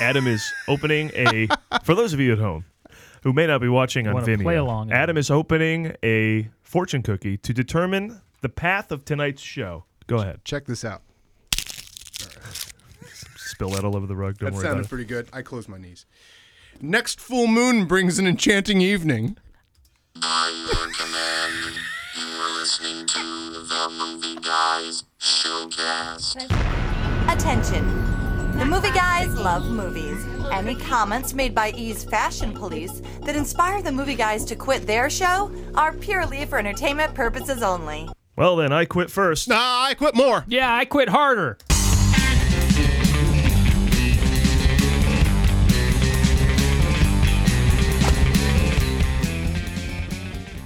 Adam is opening a. For those of you at home who may not be watching on Wanna Vimeo, play along. Adam is opening a fortune cookie to determine the path of tonight's show. Go ahead, Check this out. spill that all over the rug. Don't That worry about sounded it. pretty good. I closed my knees. Next full moon brings an enchanting evening. I'm your command. You are listening to the Movie Guys Showcast. Attention. The movie guys love movies. Any comments made by E's Fashion Police that inspire the movie guys to quit their show are purely for entertainment purposes only. Well, then I quit first. Ah, I quit more. Yeah, I quit harder.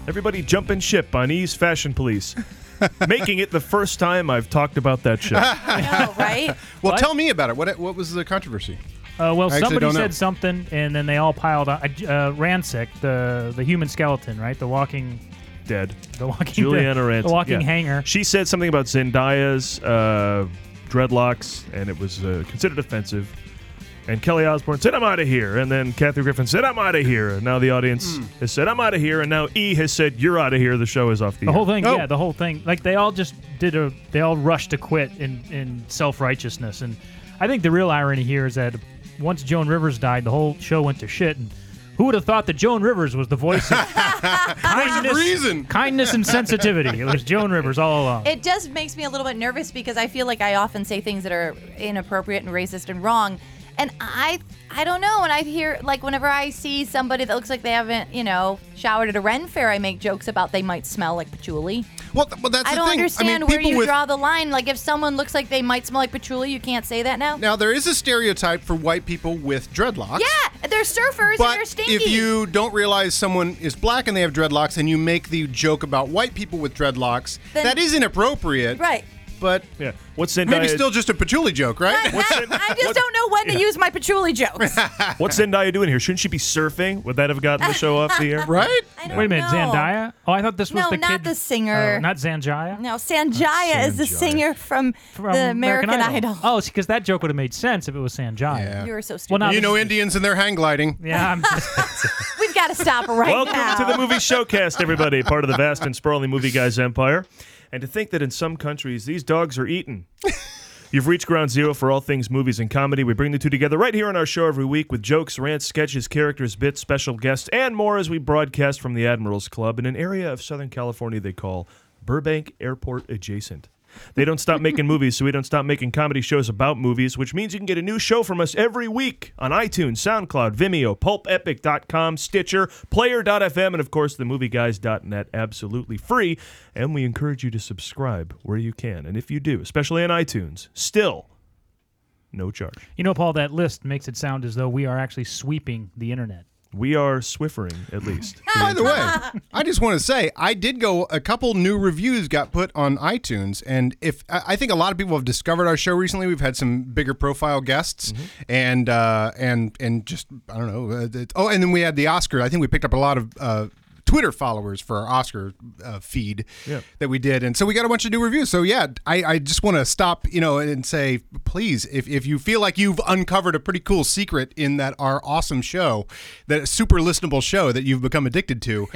Everybody jumping ship on E's Fashion Police, making it the first time I've talked about that show. I know, Oh, right? Well, What? tell me about it. What what was the controversy? Uh, well, I actually somebody don't know. said something, and then they all piled on. Uh, Rancic, the the human skeleton, right? The walking, Dead. the walking, Juliana the, Rancic. the walking yeah. hanger. She said something about Zendaya's uh, dreadlocks, and it was uh, considered offensive. And Kelly Osbourne said, I'm out of here. And then Kathy Griffin said, I'm out of here. And now the audience Hmm. has said, I'm out of here. And now E has said, You're out of here. The show is off the, The air. whole thing, Oh. yeah, the whole thing. Like they all just did a, they all rushed to quit in in self righteousness, and I think the real irony here is that once Joan Rivers died, the whole show went to shit. And who would have thought that Joan Rivers was the voice of kindness, reason. kindness and sensitivity? It was Joan Rivers all along. It just makes me a little bit nervous because I feel like I often say things that are inappropriate and racist and wrong. And I I don't know, and I hear like whenever I see somebody that looks like they haven't, you know, showered at a Ren fair, I make jokes about they might smell like patchouli. Well, th- well that's I the don't thing. understand I mean, where people you with, draw the line. Like, if someone looks like they might smell like patchouli, you can't say that now. Now there is a stereotype for white people with dreadlocks. Yeah, they're surfers and But they're stinky. if you don't realize someone is black and they have dreadlocks, and you make the joke about white people with dreadlocks, Then- that is inappropriate. right. But Yeah. What's Zendaya? maybe still just a patchouli joke, right? I, I- I just what- don't know when yeah. to use my patchouli jokes. What's Zendaya doing here? Shouldn't she be surfing? Would that have gotten the show off the air? right? I don't Wait a minute, know. Zandaya? Oh, I thought this was No, the not kid- the singer. Oh, not Zanjaya. No, Sanjaya is the singer from, From the American, Idol. Oh, because that joke would have made sense if it was Sanjaya. Yeah. You were so stupid. Oh. Well, not- You know Indians and their hang gliding. Yeah, I'm just, We've got to stop right Welcome now. to the Movie Showcast, everybody, part of the vast and sprawling Movie Guys empire. And to think that in some countries these dogs are eaten. You've reached ground zero for all things movies and comedy. We bring the two together right here on our show every week with jokes, rants, sketches, characters, bits, special guests, and more as we broadcast from the Admirals Club in an area of Southern California they call Burbank Airport adjacent. They don't stop making movies, so we don't stop making comedy shows about movies, which means you can get a new show from us every week on iTunes, SoundCloud, Vimeo, PulpEpic.com, Stitcher, Player.fm, and of course, themovieguys.net, absolutely free. And we encourage you to subscribe where you can. And if you do, especially on iTunes, still no charge. you know, Paul. That list makes it sound as though we are actually sweeping the internet. We are Swiffering, at least. By the way, I just want to say I did go. A couple new reviews got put on iTunes, and if I I think a lot of people have discovered our show recently, we've had some bigger profile guests, and uh, and and just I don't know. Uh, it- oh, and then we had the Oscar. I think we picked up a lot of. Uh, Twitter followers for our Oscar uh, feed Yeah. that we did, and so we got a bunch of new reviews. So yeah, I, I just want to stop, you know, and say, please, if, if you feel like you've uncovered a pretty cool secret in that our awesome show, that super listenable show that you've become addicted to,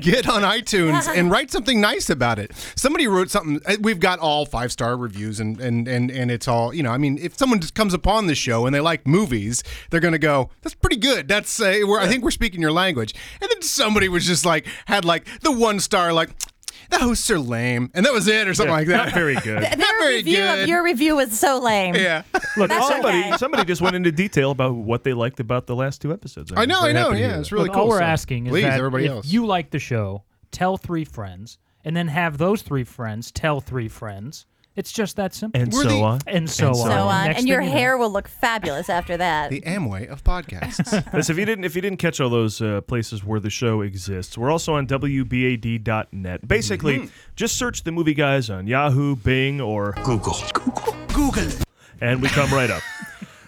get on iTunes and write something nice about it. Somebody wrote something. uh, We've got all five star reviews, and and and and it's all you know. I mean, if someone just comes upon this show and they like movies, they're gonna go, "That's pretty good." That's uh, we're, I think we're speaking your language. And then somebody was just like had like the one star like. The hosts are lame, and that was it, or something like that. Not very good. Their very review good. of your review is so lame. Yeah, Look, That's somebody okay. somebody just went into detail about what they liked about the last two episodes. I know, I'm I very know. happy to hear Yeah, that. it's really Look, cool. All we're so asking is please, that everybody if else. you like the show, tell three friends, and then have those three friends tell three friends. It's just that simple. and We're so the- on. And so and on. So on, Next and your thing you know- hair will look fabulous after that. the Amway of podcasts. Listen, if you didn't if you didn't catch all those uh, places where the show exists, we're also on wbad.net. Basically, just search the movie guys on Yahoo, Bing, or Google. Google. Google. And we come right up.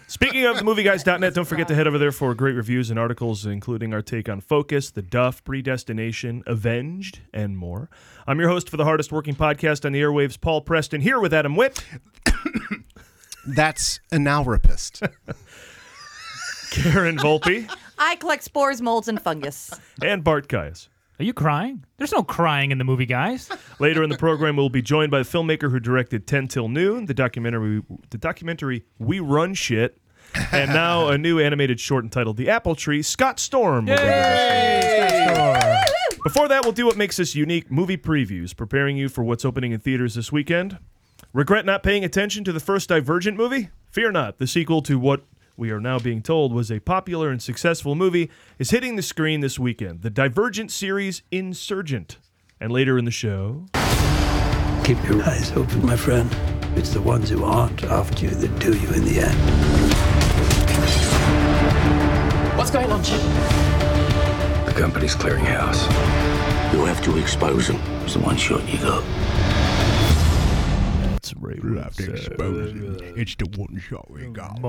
Speaking of the movieguys.net, don't forget to head over there for great reviews and articles, including our take on Focus, The Duff, Predestination, Avenged, and more. I'm your host for the hardest working podcast on the airwaves, Paul Preston, here with Adam Witt. That's an alrapist. Karen Volpe, I collect spores, molds, and fungus. and Bart Kias. Are you crying? There's no crying in the movie, guys. Later in the program, we'll be joined by the filmmaker who directed 10 Till Noon, the documentary, the documentary We Run Shit, and now a new animated short entitled The Apple Tree, Scott Storm. will be with us. Before that, we'll do what makes us unique movie previews, preparing you for what's opening in theaters this weekend. Regret not paying attention to the first Divergent movie? Fear not. The sequel to what we are now being told was a popular and successful movie is hitting the screen this weekend. The Divergent series Insurgent. And later in the show. Keep your eyes open, my friend. It's the ones who aren't after you that do you in the end. What's going on, Chip? The company's clearing house. You have to expose him. It's the one shot you got. That's right. It's the one shot we got.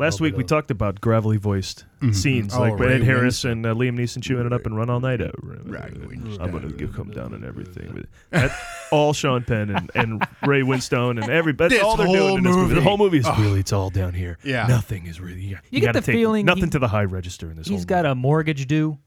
Last week we talked about gravelly voiced scenes Oh, like Ray Ed Harris and uh, Liam Neeson chewing it up and run all night. out. I'm gonna Winston. go come down and everything. But That's all Sean Penn and, and Ray Winstone and every. That's This all they're whole doing in this movie. The movie. whole movie is really it's all down here. Yeah. nothing is really. You, You get gotta the take feeling nothing he- to the high register in this. He's whole got movie. a mortgage due.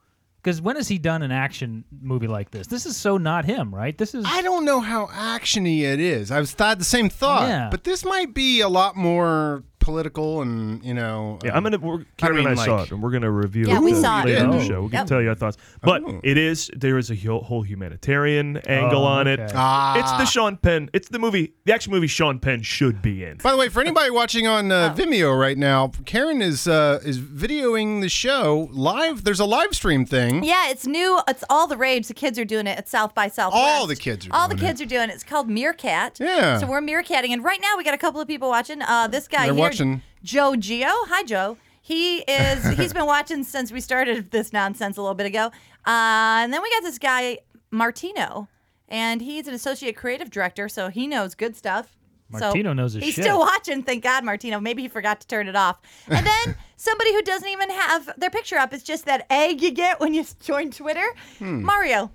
Because when has he done an action movie like this? This is so not him, right? This is I don't know how actiony it is. I was thought the same thought, Yeah. but this might be a lot more political and you know. Yeah, um, I'm gonna. We're, Karen mean, and I saw like- it, and we're gonna review Yeah, it we uh, saw it. later in the Oh. show. We can Yep. tell you our thoughts, but Oh. it is there is a hu- whole humanitarian angle Oh, on it. okay. Ah. It's the Sean Penn. It's the movie, the action movie Sean Penn should be in. By the way, for anybody watching on uh, Vimeo right now, Karen is uh, is videoing the show live. There's a live stream thing. Yeah, it's new. It's all the rage. The kids are doing it at South by Southwest. All the kids are All doing the kids are doing it. It's called Meerkat. Yeah. So we're meerkatting, and right now we got a couple of people watching. Uh, this guy They're here, watching. Joe Geo. Hi, Joe. He is. he's been watching since we started this nonsense a little bit ago. Uh, and then we got this guy Martino, and he's an associate creative director, so he knows good stuff. So Martino knows his He's shit. still watching. Thank God, Martino. Maybe he forgot to turn it off. And then somebody who doesn't even have their picture up. It's just that egg you get when you s- join Twitter. Mario.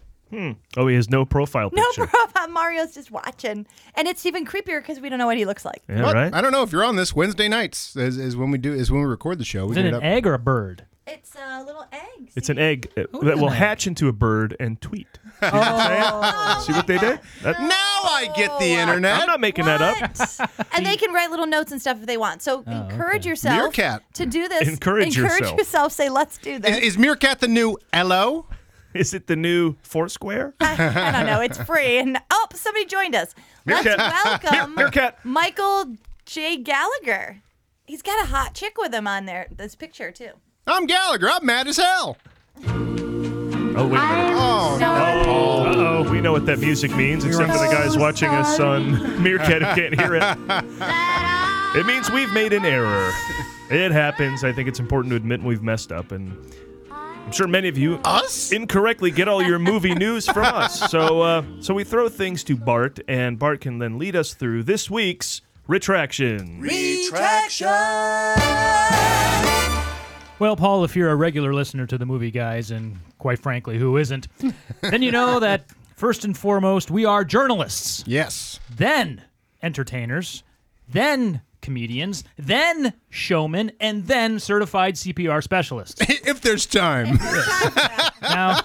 Oh, he has no profile No picture. problem. Mario's just watching. And it's even creepier because we don't know what he looks like. yeah, What? right. I don't know if you're on this Wednesday nights is, is when we do is when we record the show. We is it get an up- egg or a bird? It's a little egg. It's an egg uh, Who that is will an egg? hatch into a bird and tweet. You know what I'm Oh. saying? See what they did? That- Now I get the No. internet. I'm not making that up. Oh, up. and they can write little notes and stuff if they want. So encourage yourself Meerkat. to do this. Encourage yourself. Say, let's do is, this. is Meerkat the new LO? Is it the new Foursquare? I don't know. It's free. And oh, somebody joined us. Let's Meerkat. welcome Meerkat. Michael J. Gallagher. He's got a hot chick with him on there. This picture too. I'm Gallagher. I'm mad as hell. Oh wait a minute. Oh, Uh oh. We know what that music means, except for the guys watching us on Meerkat who can't hear it. It means we've made an error. It happens. I think it's important to admit we've messed up, and I'm sure many of you us? incorrectly get all your movie news from us. So, uh, so we throw things to Bart, and Bart can then lead us through this week's retraction. Well, Paul, if you're a regular listener to the movie guys, and quite frankly, who isn't, then you know that first and foremost, we are journalists, Yes. then entertainers, then comedians, then showmen, and then certified CPR specialists. if there's time. Now,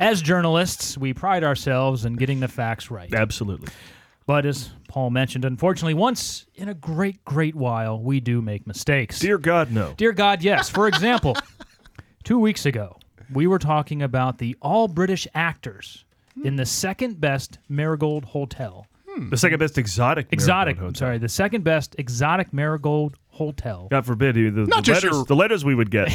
as journalists, we pride ourselves in getting the facts right. Absolutely. But as Paul mentioned, unfortunately, once in a great, great while, we do make mistakes. Dear God, no. Dear God, yes. For example, two weeks ago, we were talking about the all British actors in the second best Marigold Hotel. The second best exotic. Exotic, Marigold I'm hotel. sorry, the second best exotic Marigold Hotel. God forbid the, the, Not the just letters, your- the letters we would get.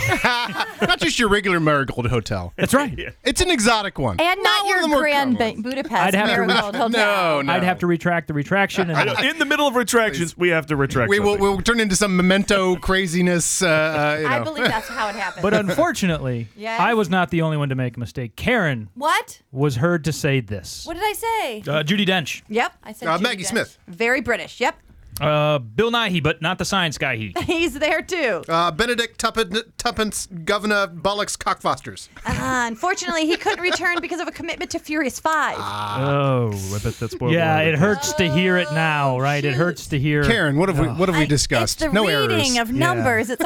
not just your regular Marigold Hotel. That's right. It's an exotic one. And not, one of the your more Grand common Bank Budapest I'd have to- Marigold Hotel. No, no. I'd have to retract the retraction. And In the middle of retractions, we have to retract. We will something. we'll turn into some memento craziness. Uh, uh, you know. I believe that's how it happened. But unfortunately, Yes. I was not the only one to make a mistake. Karen what? was heard to say this. What did I say? Uh, Judy Dench. Yep, I said Uh, Judi Maggie Dench. Smith. Very British. Yep. Uh, Bill Nighy, but not the science guy. He. He's there too. Uh, Benedict Tuppen- Tuppence, Governor Bullock's Cockfosters. Ah, unfortunately, he couldn't return because of a commitment to Furious Five. Ah, Oh, I bet that's spoiled. Yeah, alert. it hurts to hear it now, right? It Oh, shoot. hurts to hear. Karen, what have we what have we I- discussed? It's the no errors. reading of numbers. It's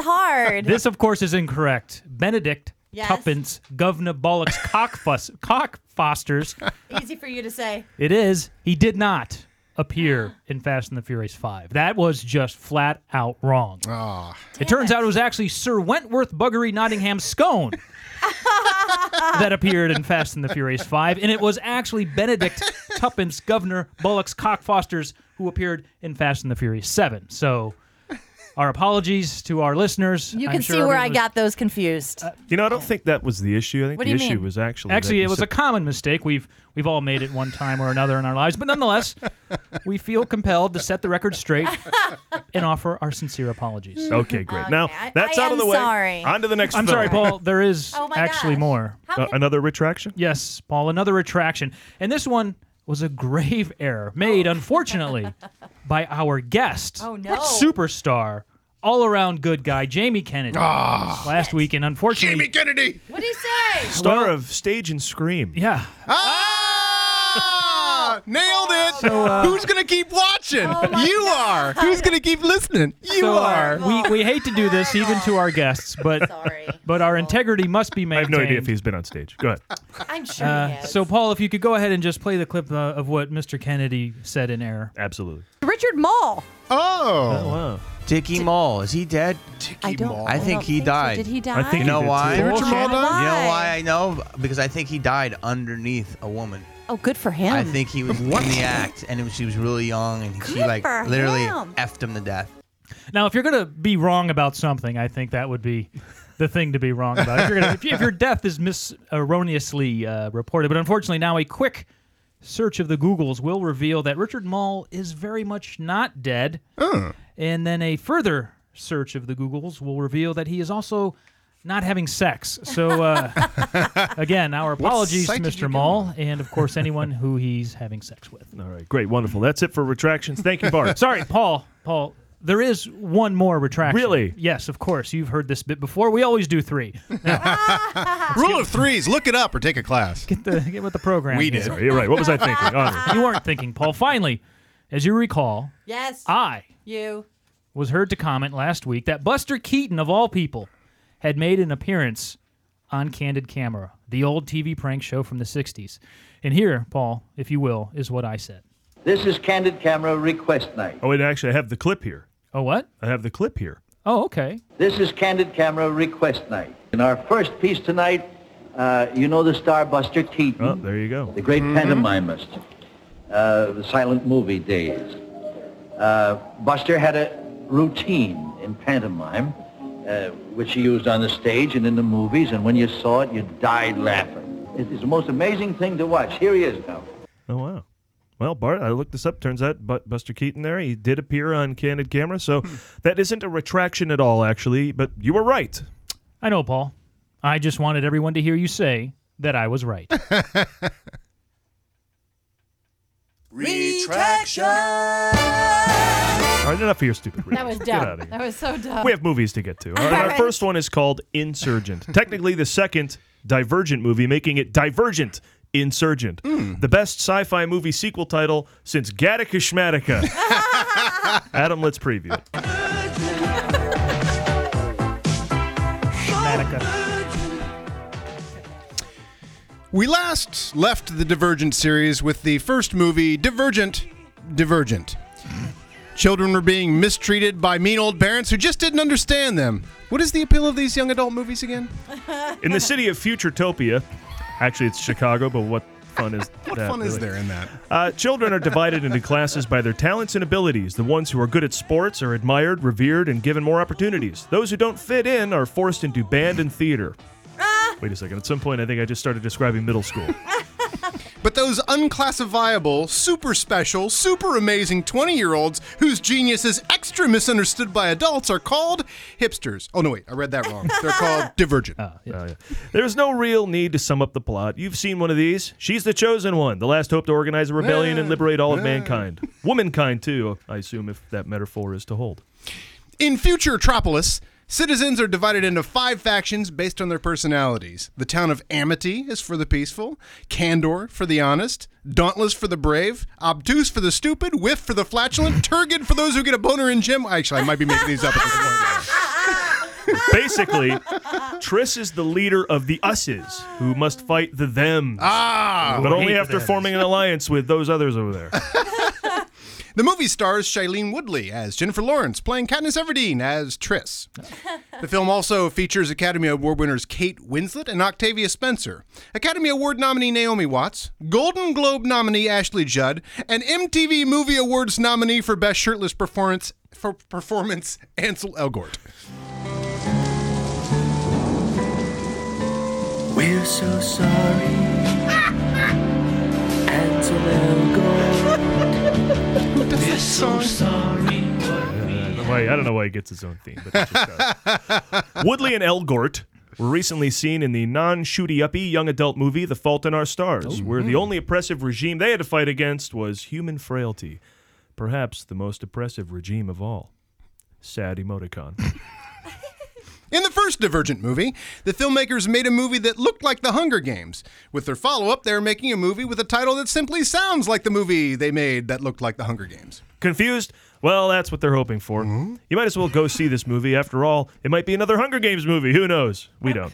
hard. This, of course, is incorrect. Benedict Yes. Tuppence, Governor Bullock's cockfuss, cockfosters. Easy for you to say. It is. He did not appear in Fast and the Furious 5. That was just flat out wrong. Ah. it turns out it was actually Sir Wentworth Buggery Nottingham Scone that appeared in Fast and the Furious 5. And it was actually Benedict Tuppence, Governor Bullock's Cockfosters, who appeared in Fast and the Furious 7. So. Our apologies to our listeners. You I'm can sure see where everyone I was- got those confused. You know, I don't think that was the issue. I think What the do you issue mean? was actually that Actually, you it was said- a common mistake. We've we've all made it one time or another in our lives, but nonetheless, we feel compelled to set the record straight and offer our sincere apologies. Okay, great. now I- that's I out of am the way. sorry. On to the next. I'm film. sorry, Paul. There is Oh my actually gosh. more. How Uh, can- another retraction. Yes, Paul. Another retraction, and this one was a grave error made, unfortunately, by our guest, Oh, no. superstar, all-around good guy, Jamie Kennedy, last week, and unfortunately, Ah. Jamie Kennedy. what do you say? Star Well- of stage and scream. yeah, Ah! Nailed it. uh, Who's gonna keep watching? my you are. Who's gonna keep listening? You uh, So, are. We, we hate to do this even to our guests, but Sorry. but our integrity must be I maintained. have no idea if he's been on stage. Go ahead. I'm sure. he Uh, is. so, Paul, if you could go ahead and just play the clip uh, of what Mr. Kennedy said in air. Absolutely. Richard Mall. Oh. Wow. Dickie Mall, is he dead? I don't. Maul. I don't think he so. died. Did he die? I think You know he did why? too. Did Richard Mall Bullshit. die? Why? You know why I know? Because I think he died underneath a woman. Oh, good for him. I think he was in the act, and it was, she was really young, and she Good like for literally him. effed him to death. Now, if you're going to be wrong about something, I think that would be the thing to be wrong about. If, you're gonna, if, you- if your death is mis- erroneously uh, reported, but unfortunately, now a quick search of the Googles will reveal that Richard Mall is very much not dead. And then a further search of the Googles will reveal that he is also not having sex. So, uh, again, our apologies to site did you Mr. Mall and, of course, anyone who he's having sex with. All right, great, wonderful. That's it for retractions. Thank you, Bart. Sorry, Paul. Paul, there is one more retraction. Really? Yes, of course. You've heard this bit before. We always do three. Uh, Rule of threes. Look it up or take a class. Get, the, get with the program. We here. did. Sorry, you're right. What was I thinking? Oh, Honor. You weren't thinking, Paul. Finally, as you recall, Yes. I you. was heard to comment last week that Buster Keaton, of all people, had made an appearance on Candid Camera, the old TV prank show from the 60s. And here, Paul, if you will, is what I said. This is Candid Camera Request Night. Oh, wait, actually, I have the clip here. Oh, what? I have the clip here. Oh, okay. This is Candid Camera Request Night. In our first piece tonight, uh, you know the star Buster Keaton, Oh, there you go. the great pantomimist, uh, the silent movie days. Uh, Buster had a routine in pantomime, uh, which he used on the stage and in the movies, and when you saw it, you died laughing. It is the most amazing thing to watch. Here he is now. Oh, wow. Well, Bart, I looked this up. Turns out Bu- Buster Keaton there, he did appear on Candid Camera, so that isn't a retraction at all, actually, but you were right. I know, Paul. I just wanted everyone to hear you say that I was right. All right, enough of your stupid That was readings. Get out of dumb. here. That was so dumb. We have movies to get to. All right, All Our right. first one is called Insurgent. Technically, the second Divergent movie, making it Divergent Insurgent, Hmm. the best sci-fi movie sequel title since Gattaca Schmatica. Adam, let's preview it. Matica. We last left the Divergent series with the first movie, Divergent, Divergent. Children were being mistreated by mean old parents who just didn't understand them. What is the appeal of these young adult movies again? In the city of Futuretopia, actually it's Chicago, but what fun is What that? fun is really? there in that? Uh, children are divided into classes by their talents and abilities. The ones who are good at sports are admired, revered, and given more opportunities. Those who don't fit in are forced into Uh, band and theater. Wait a second. At some point, I think I just started describing middle school. but those unclassifiable, super special, super amazing 20 year olds whose genius is extra misunderstood by adults are called hipsters. Oh, no, wait, I read that wrong. They're called divergent. Oh, yeah. There's no real need to sum up the plot. You've seen one of these. She's the chosen one, the last hope to organize a rebellion and liberate all of mankind. Womankind, too, I assume, if that metaphor is to hold. In future Metropolis, citizens are divided into five factions based on their personalities. The town of Amity is for the peaceful, Candor for the honest, Dauntless for the brave, Obtuse for the stupid, Whiff for the flatulent, Turgid for those who get a boner in gym. Actually, I might be making these up at this point. Basically, Triss is the leader of the us's who must fight the thems, Ah! but only hate after thems. forming an alliance with those others over there. The movie stars Shailene Woodley as Jennifer Lawrence, playing Katniss Everdeen as Triss. the film also features Academy Award winners Kate Winslet and Octavia Spencer, Academy Award nominee Naomi Watts, Golden Globe nominee Ashley Judd, and MTV Movie Awards nominee for Best Shirtless Performance for performance Ansel Elgort. We're so sorry. Ansel Elgort. We're so sorry. Why- I don't know why he gets his own theme. But it just does. Woodley and Elgort were recently seen in the non-shooty uppy young adult movie *The Fault in Our Stars*, where the only oppressive regime they had to fight against was human frailty, perhaps the most oppressive regime of all. Sad emoticon. In the first Divergent movie, the filmmakers made a movie that looked like The Hunger Games. With their follow up, they're making a movie with a title that simply sounds like the movie they made that looked like The Hunger Games. Confused? Well, that's what they're hoping for. You might as well go see this movie. After all, it might be another Hunger Games movie. Who knows? We don't.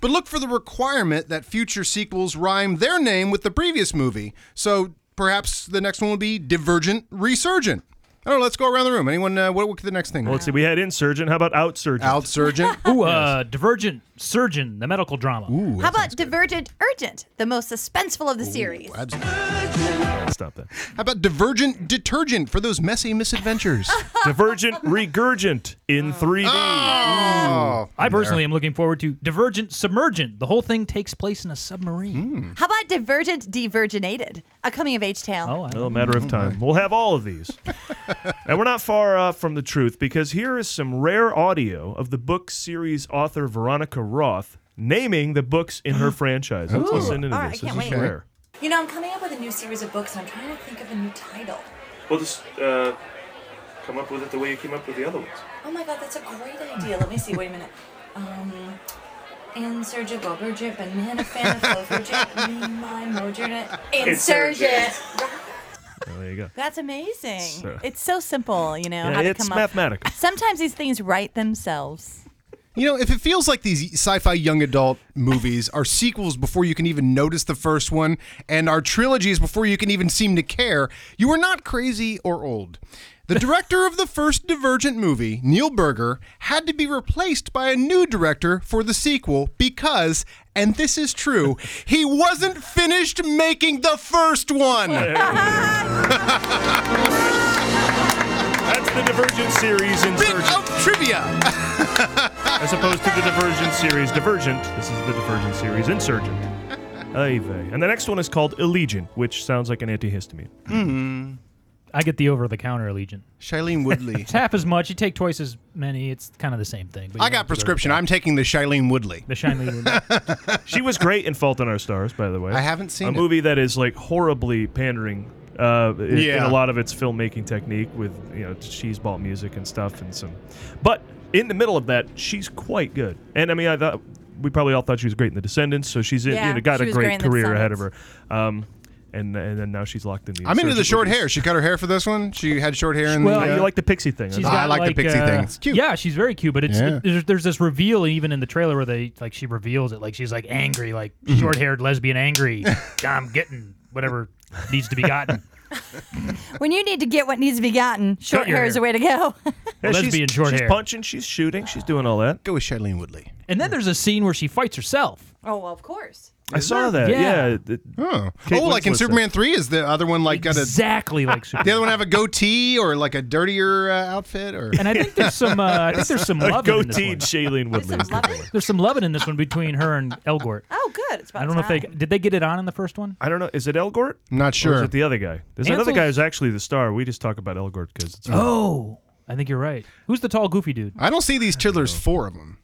But look for the requirement that future sequels rhyme their name with the previous movie. So perhaps the next one will be Divergent Resurgent. I don't know. Let's go around the room. Anyone? Uh, what what could the next thing? Well, let's see. We had Insurgent. How about Outsurgent? Outsurgent. Ooh, uh, Divergent Surgeon, the medical drama. How about Divergent Urgent, the most suspenseful of the series? Absolutely. Stop that. How about Divergent Detergent for those messy misadventures? Divergent Regurgent in 3D. oh, I personally am looking forward to Divergent Submergent. The whole thing takes place in a Hmm. submarine. How about Divergent Diverginated, a coming of age tale? Oh, I Well, a matter of time. We'll have all of these. and we're not far off from the truth because here is some rare audio of the book series author Veronica Roth naming the books in her franchise. Let's listen into All right, this. I can't this is wait. rare. You know, I'm coming up with a new series of books, and I'm trying to think of a new title. We'll just uh, come up with it the way you came up with the other ones. Oh my god, that's a great idea. Let me see. Wait a minute. Um, insurgible, urgent, banana, fan, virgin, mime, urgent, insurgent. there you go. That's amazing. So- It's so simple, you know. Yeah, how to it's come mathematical. Up. Sometimes these things write themselves. You know, if it feels like these sci-fi young adult movies are sequels before you can even notice the first one, and are trilogies before you can even seem to care, you are not crazy or old. The director of the first Divergent movie, Neil Berger, had to be replaced by a new director for the sequel because, and this is true, he wasn't finished making the first one. That's the Divergent series Bit Insurgent, of trivia. as opposed to the Divergent series Divergent. This is the Divergent series Insurgent. Ay vey. And the next one is called Allegiant, which sounds like an antihistamine. I get the over the counter Allegiant. Shailene Woodley. It's half as much. You take twice as many. It's kind of the same thing. But you I don't got have to go to prescription. I'm taking the Shailene Woodley. The shiny one. She was great in Fault in Our Stars, by the way. I haven't seen a it. movie that is like horribly pandering. Uh, in, in a Yeah. lot of its filmmaking technique with you know cheese ball music and stuff and some, but in the middle of that she's quite good. And I mean I thought we probably all thought she was great in The Descendants, so she's in, you Yeah, know got she a was great great in The career ahead of her. Um, and and then now she's locked in the. I'm into the Insurgent short movies. hair. She cut her hair for this one. She had short hair. In Well, Oh, the, uh, you like the pixie thing? She's huh? got I like the pixie uh, thing. It's cute. Yeah, she's very cute, but it's Yeah. it- there's, there's this reveal even in the trailer where they like she reveals it like she's like angry, like Mm-hmm. short-haired lesbian angry. I'm getting whatever needs to be gotten. When you need to get what needs to be gotten, short your hair is hair. the way to go. Yeah, she's- lesbian short she's hair. punching. She's shooting. She's doing all that. Go with Shailene Woodley. And then there's a scene where she fights herself. oh, well, of course. I saw that. Yeah. Th- Oh, Kate oh like in Winslet said- Superman three, is the other one like got a exactly like Superman? The other one have a goatee or like a dirtier uh, outfit, or And I think there's some. Uh, I think there's some a love. goatee in this Shailene Woodley. was the one. There's some love in this one between her and Elgort. Oh, good. It's about I don't know if they time. did they get it on in the first one. I don't know. Is it Elgort? I'm not Or is sure. it the other guy? There's another Ansel- guy who's actually the star. We just talk about Elgort because it's. Oh, I think you're right. Who's the tall goofy dude? I don't see these till there's four of them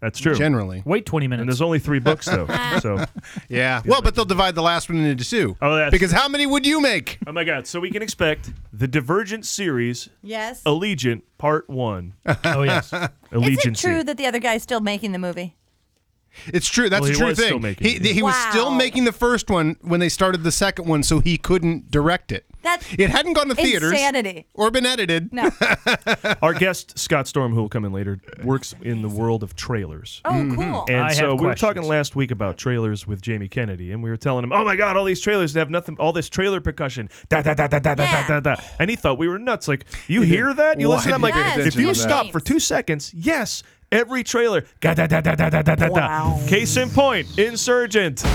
That's true. generally. Wait 20 minutes. And there's only three books though. so. Yeah. Well, but they'll divide the last one into two. Oh, that's- because how many would you make? Oh my God! So we can expect the Divergent series, Yes. Allegiant Part One. oh yes. Is it Allegiancy. true that the other guy's still making the movie? It's true. That's Well, the he true was thing. still making he it. he was still Wow. making the first one when they started the second one, so he couldn't direct it. That's it hadn't gone to theaters insanity. or been edited. No. Our guest Scott Storm, who will come in later, works in the world of trailers. Oh, cool. And I have so we were questions. talking last week about trailers with Jamie Kennedy, and we were telling him, "Oh my God, all these trailers that have nothing, all this trailer percussion, da da da da da da Yeah. da da," and he thought we were nuts. Like you hear that, you Why listen. I'm did like, you pay if attention you to that? stop for two seconds, yes, every trailer, da da da da da da da da. Wow. Case in point, Insurgent.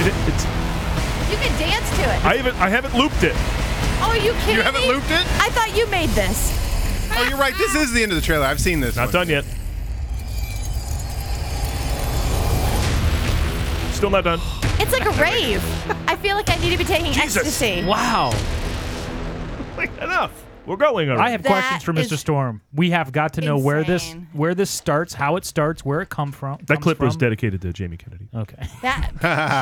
It- it's- You can dance to it. I haven't I haven't looped it. Oh, are you kidding You haven't me? looped it? I thought you made this. Oh, you're right. This is the end of the trailer. I've seen this. Not one. done yet. Still not done. It's like a rave. I feel like I need to be taking Jesus. ecstasy. Wow. Like enough. We're going already. I have That questions for Mr. is Storm. We have got to know where this insane. where this starts, how it starts, where it come from. that comes clip was from. Oh. dedicated to Jamie Kennedy. Okay. That,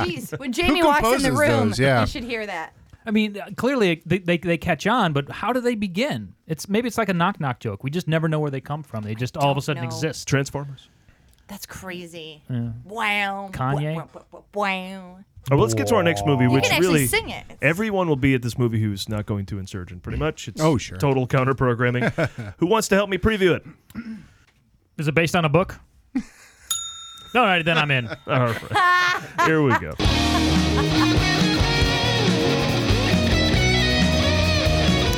jeez, when Jamie walks in the composes room, those? Yeah. you should hear that. I mean, uh, clearly they, they, they catch on, but how do they begin? It's maybe it's like a knock knock joke. We just never know where they come from. They just all of a don't sudden know. exist. Transformers. That's crazy. Wow. Kanye? Wow. wow, wow, wow. Oh, well, let's get to our next movie, You which can actually really sing it. everyone will be at this movie who's not going to Insurgent. Pretty much, it's Oh, sure. total counter programming. who wants to help me preview it? Is it based on a book? all right, then I'm in. All right, here we go.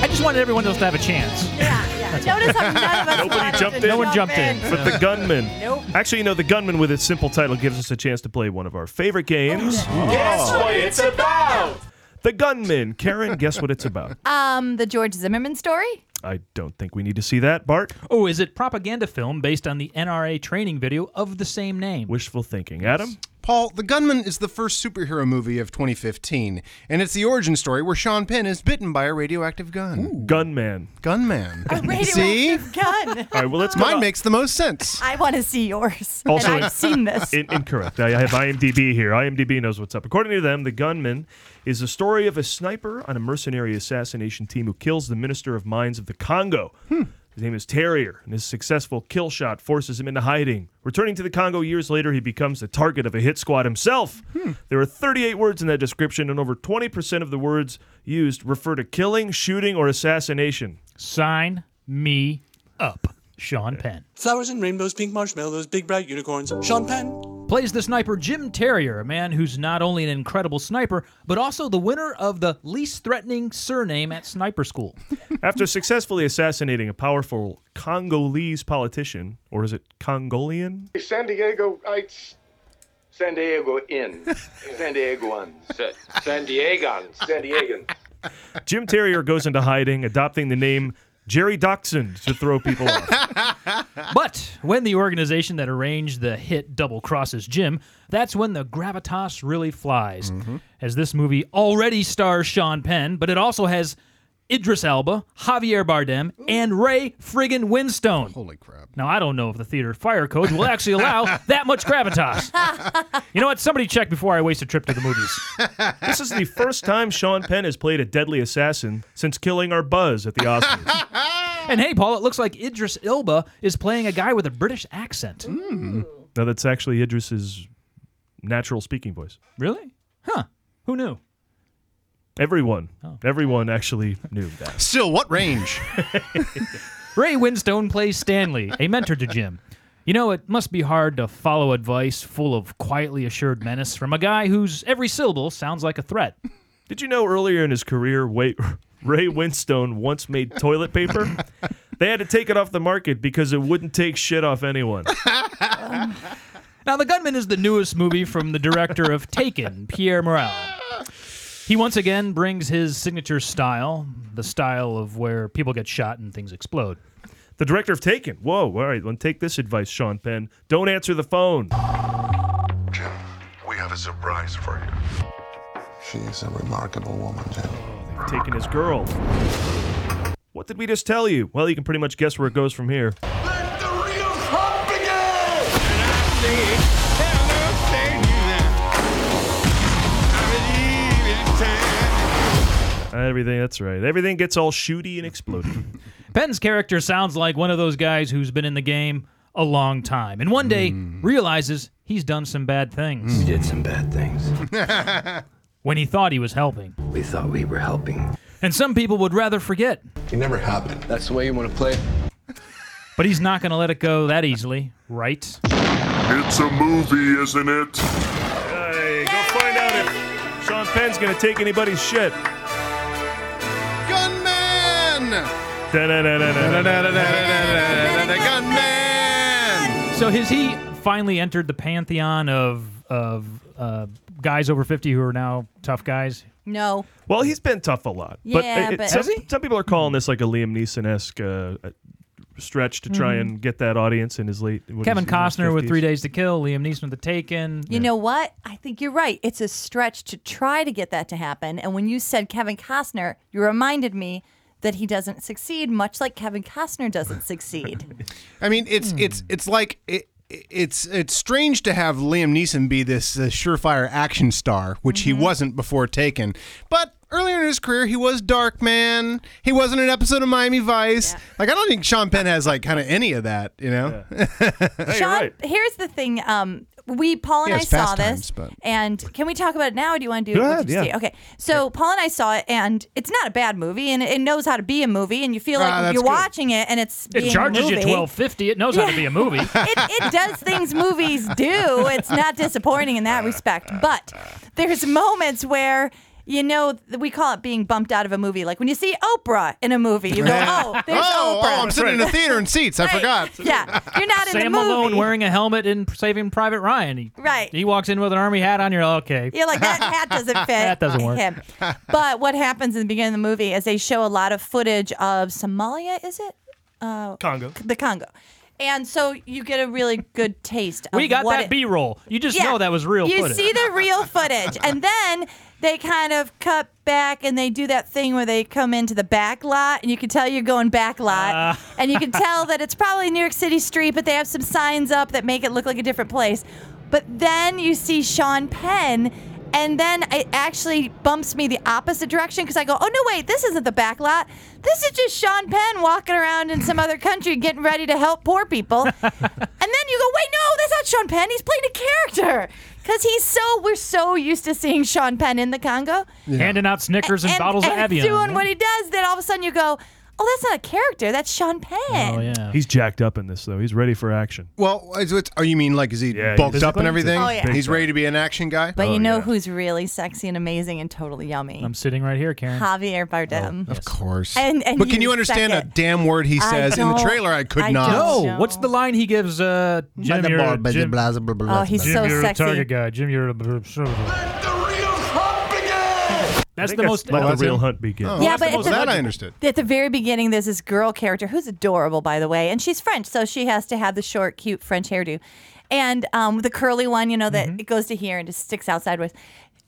I just wanted everyone else to have a chance. Yeah, yeah. Notice how none of us Nobody wanted jumped to in. No one jump jumped in. But the gunman. Nope. Actually, you know, the gunman with its simple title gives us a chance to play one of our favorite games. Guess what it's about? The gunman. Karen, guess what it's about? Um, the George Zimmerman story. I don't think we need to see that, Bart. Oh, is it propaganda film based on the NRA training video of the same name? Wishful thinking, Adam. Paul, The Gunman is the first superhero movie of 2015, and it's the origin story where Sean Penn is bitten by a radioactive gun. Gunman. Gunman. Oh, See? Radioactive gun. All right, well, let's go. Mine to- makes the most sense. I want to see yours. Also- and I've seen this. In- incorrect. I have IMDb here. IMDb knows what's up. According to them, The Gunman is the story of a sniper on a mercenary assassination team who kills the minister of mines of the Congo. His name is Terrier, and his successful kill shot forces him into hiding. Returning to the Congo years later, he becomes the target of a hit squad himself. There are 38 words in that description, and over 20% of the words used refer to killing, shooting, or assassination. Sign me up, Sean Penn. Flowers and rainbows, pink marshmallows, big bright unicorns. Sean Penn. plays the sniper Jim Terrier, a man who's not only an incredible sniper, but also the winner of the least threatening surname at sniper school. After successfully assassinating a powerful Congolese politician, or is it Congolian? San Diegoites. San Diego in. San Diegoans. San Diegans. San Diegans. Jim Terrier goes into hiding, adopting the name Jerry Dachshund to throw people off. But when the organization that arranged the hit double crosses Jim, that's when the gravitas really flies. Mm-hmm. As this movie already stars Sean Penn, but it also has Idris Elba, Javier Bardem, and Ray friggin' Winstone. Holy crap. Now, I don't know if the theater fire code will actually allow that much gravitas. you know what? Somebody check before I waste a trip to the movies. This is the first time Sean Penn has played a deadly assassin since killing our Buzz at the Oscars. And hey, Paul, it looks like Idris Ilba is playing a guy with a British accent. Mm. now that's actually Idris's natural speaking voice. Really? Huh. Who knew? Everyone, everyone actually knew that. Still, what range? Ray Winstone plays Stanley, a mentor to Jim. You know, it must be hard to follow advice full of quietly assured menace from a guy whose every syllable sounds like a threat. Did you know earlier in his career, Wa- Ray Winstone once made toilet paper? They had to take it off the market because it wouldn't take shit off anyone. Now, The Gunman is the newest movie from the director of Taken, Pierre Morel. He once again brings his signature style, the style of where people get shot and things explode. The director of Taken. Whoa, all right, then take this advice, Sean Penn. Don't answer the phone. Jim, we have a surprise for you. She is a remarkable woman, Jim. Taken his girl. What did we just tell you? Well, you can pretty much guess where it goes from here. Everything, that's right. Everything gets all shooty and exploding. Penn's character sounds like one of those guys who's been in the game a long time and one day realizes he's done some bad things. We did some bad things. when he thought he was helping. We thought we were helping. And some people would rather forget. It never happened. That's the way you want to play. But he's not going to let it go that easily, right? It's a movie, isn't it? Hey, go find out if Sean Penn's gonna take anybody's shit. Gunman! Gunman! So has he finally entered the pantheon of of uh, guys over fifty who are now tough guys? No. Well, he's been tough a lot. But, Yeah, it- it- but- some, Has he? some people are calling this like a Liam Neeson esque uh, uh, stretch to try Mhm. and get that audience in his late. what Kevin is he, in his Costner with 50s? Three Days to Kill, Liam Neeson with The Taken. You know what? I think you're right. It's a stretch to try to get that to happen. And when you said Kevin Costner, you reminded me that he doesn't succeed, much like Kevin Costner doesn't succeed. I mean, it's Hmm. it's it's like it, it's it's strange to have Liam Neeson be this uh, surefire action star, which Mm-hmm. he wasn't before Taken. But earlier in his career, he was Dark Man. He wasn't an episode of Miami Vice. Like I don't think Sean Penn has like kind of any of that, you know. Sean, here's the thing. Um, we Paul and Yeah, I it's saw Fast this, Times, but- and can we talk about it now? Or do you want to do? Go it ahead, once you see yeah. it? Okay. So Paul and I saw it, and it's not a bad movie, and it knows how to be a movie, and you feel like Ah, that's you're good. watching it, and it's being It a charges you movie. twelve fifty. It knows how to be a movie. it, it does things movies do. It's not disappointing in that respect. But there's moments where. You know, th- we call it being bumped out of a movie. Like when you see Oprah in a movie, you go, "Oh, there's oh, Oprah." oh, I'm sitting in a theater in seats. I forgot. yeah, you're not in the Sam movie. Malone wearing a helmet in Saving Private Ryan. He, Right. He walks in with an army hat on. You're like, okay. You're like, that hat doesn't fit. That doesn't work. Him. But what happens in the beginning of the movie is they show a lot of footage of Somalia, is it? Uh, Congo. The Congo. And so you get a really good taste of We got what that it- B-roll. You just Yeah. know that was real You footage. see the real footage. And then they kind of cut back and they do that thing where they come into the back lot and you can tell you're going back lot. Ah. And you can tell that it's probably New York City street, but they have some signs up that make it look like a different place. But then you see Sean Penn. And then it actually bumps me the opposite direction because I go, oh, no, wait, this isn't the back lot. This is just Sean Penn walking around in some other country getting ready to help poor people. And then you go, wait, no, that's not Sean Penn. He's playing a character. Because he's so, we're so used to seeing Sean Penn in the Congo. Handing out Snickers and, bottles and of Evian. doing what he does, then all of a sudden you go, oh, that's not a character. That's Sean Penn. Oh, yeah. He's jacked up in this though. He's ready for action. Well, is it, oh, you mean like is he Yeah, bulked up physically? and everything? Oh, yeah. He's ready to be an action guy. But you know who's really sexy and amazing and totally yummy? Oh, I'm Oh, sitting right here, Karen. Javier Bardem. Of course. And- and but can you you understand second. a damn word he I says in the don't- trailer? I could I not. don't No, what's the line he gives uh, Jim? Blah, You're, blah, a- blah, Jim, blah, blah, blah, Oh, he's Jim, so you're sexy. a target guy. Jim, you're a. That's I think the most. Let the that's real it. hunt begin. Oh. yeah, but at the- understood. At the very beginning, there's this girl character who's adorable, by the way, and she's French, so she has to have the short, cute French hairdo, and um, the curly one, you know, that Mm-hmm. it goes to here and just sticks out sideways.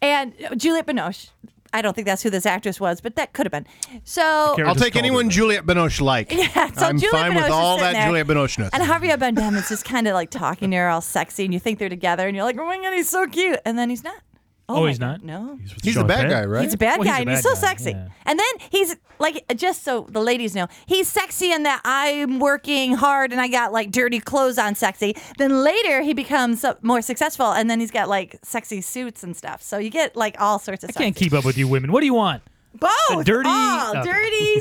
And uh, Juliette Binoche, I don't think that's who this actress was, but that could have been. So I'll take anyone Juliette Binoche like. Yeah, so I'm Juliette fine Binoche with is all sitting that there. Juliette Binoche. And Javier Bardem is just kind of like talking to her, all sexy, and you think they're together, and you're like, "Oh my god, he's so cute," and then he's not. Oh, my he's not? God, No, He's the bad guy, right? He's a bad Well, he's guy, a and bad he's so guy, sexy. yeah. And then he's like, just so the ladies know, he's sexy in that I'm working hard and I got like dirty clothes on, sexy. Then later he becomes uh, more successful, and then he's got like sexy suits and stuff. So you get like all sorts of. I can't keep up with you women. What do you want? Both, The dirty- all okay. dirty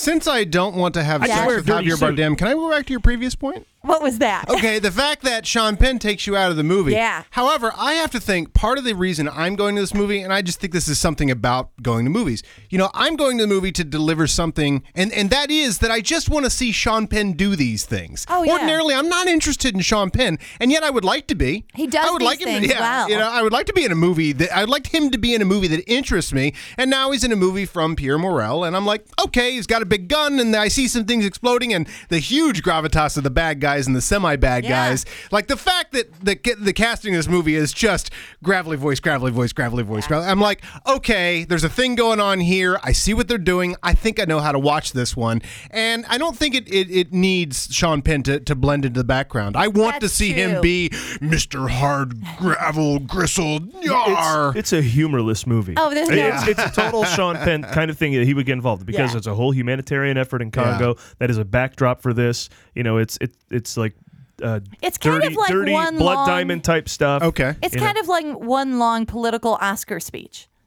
Since I don't want to have I sex swear, with dirty Javier suit. Bardem, can I go back to your previous point? What was that? Okay, the fact that Sean Penn takes you out of the movie. Yeah. However, I have to think part of the reason I'm going to this movie, and I just think this is something about going to movies. You know, I'm going to the movie to deliver something, and, and that is that I just want to see Sean Penn do these things. Oh, yeah. Ordinarily, I'm not interested in Sean Penn, and yet I would like to be. He does I would these like him things to, yeah, well. You know, I would like to be in a movie that I'd like him to be in a movie that interests me. And now he's in a movie from Pierre Morel, and I'm like, okay, he's got a big gun, and I see some things exploding, and the huge gravitas of the bad guys and the semi bad Yeah. guys. Like the fact that the the casting of this movie is just gravelly voice, gravelly voice, gravelly voice. Gravelly. I'm like, okay, there's a thing going on here. I see what they're doing. I think I know how to watch this one, and I don't think it it, it needs Sean Penn to, to blend into the background. I want to That's see true. him be Mr. Hard Gravel Gristle. Yar. It's, it's a humorless movie. Oh, there's no- It's, it's a total Sean Penn kind of thing that he would get involved in because Yeah. it's a whole humanitarian effort in Congo that is a backdrop for this. You know, it's it, it's like uh, It's kind dirty, of like dirty one blood long- diamond type stuff. Okay, It's kind of like one long political Oscar speech.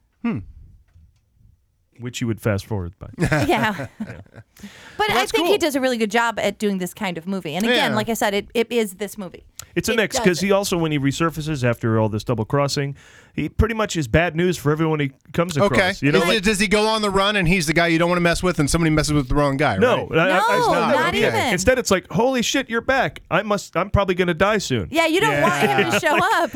which you would fast forward by. Yeah. But I think he does a really good job at doing this kind of movie. And again, Yeah. like I said, it, it is this movie. It's a mix because he also, when he resurfaces after all this double crossing, he pretty much is bad news for everyone he comes across. Okay. you know, Is- like- does he go on the run and he's the guy you don't want to mess with, and somebody messes with the wrong guy? no, right? I- I- I- No, not even. Instead, it's like, holy shit, you're back. I must. I'm probably gonna die soon. Yeah, you don't want him to show up.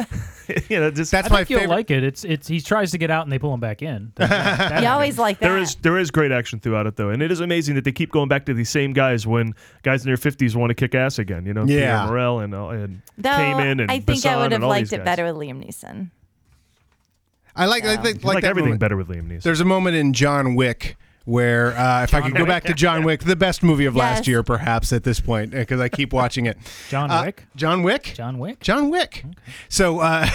you know, just, I think you'll like it. It's it's he tries to get out and they pull him back in. You always like that. There is there is great action throughout it though, and it is amazing that they keep going back to these same guys when guys in their fifties want to kick ass again. You know, Yeah. Pierre Morel and all- and Though came in and I think I Bisson would have and all liked these it guys. better with Liam Neeson. I like, I You think, like that everything moment. better with Liam Neeson. There's a moment in John Wick where, uh, if I could go back to John Wick, the best movie of Yes. last year, perhaps at this point, because I keep watching it. John Uh, Wick. John Wick. John Wick. John Wick. So, uh,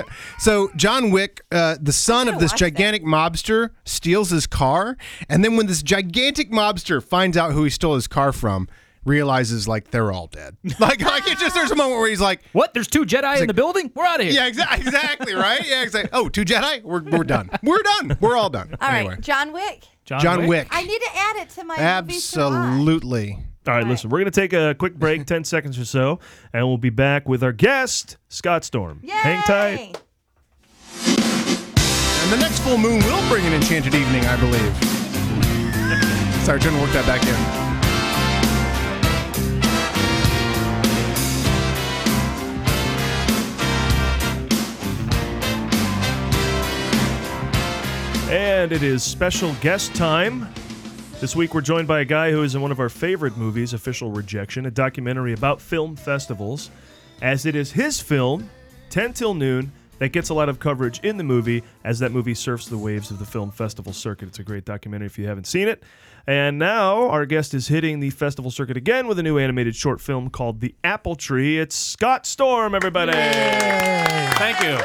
so John Wick, uh, the son of this gigantic mobster, steals his car, and then when this gigantic mobster finds out who he stole his car from, realizes like they're all dead. Like, like it just there's a moment where he's like, "What? There's two Jedi in the building? We're out of here." Yeah, exa- exactly. Right? Yeah, exactly. Oh, two Jedi. We're we're done. We're done. We're all done. All right, anyway. John Wick. John John Wick. Wick. I need to add it to my movies to watch. Absolutely. All right, listen, we're going to take a quick break, 10 seconds or so, and we'll be back with our guest, Scott Storm. Hang tight. And the next full moon will bring an enchanted evening, I believe. Sorry, trying to work that back in. And it is special guest time. This week we're joined by a guy who is in one of our favorite movies, Official Rejection, a documentary about film festivals, as it is his film, 10 Till Noon, that gets a lot of coverage in the movie as that movie surfs the waves of the film festival circuit. It's a great documentary if you haven't seen it. And now our guest is hitting the festival circuit again with a new animated short film called The Apple Tree. It's Scott Storm, everybody. Thank you.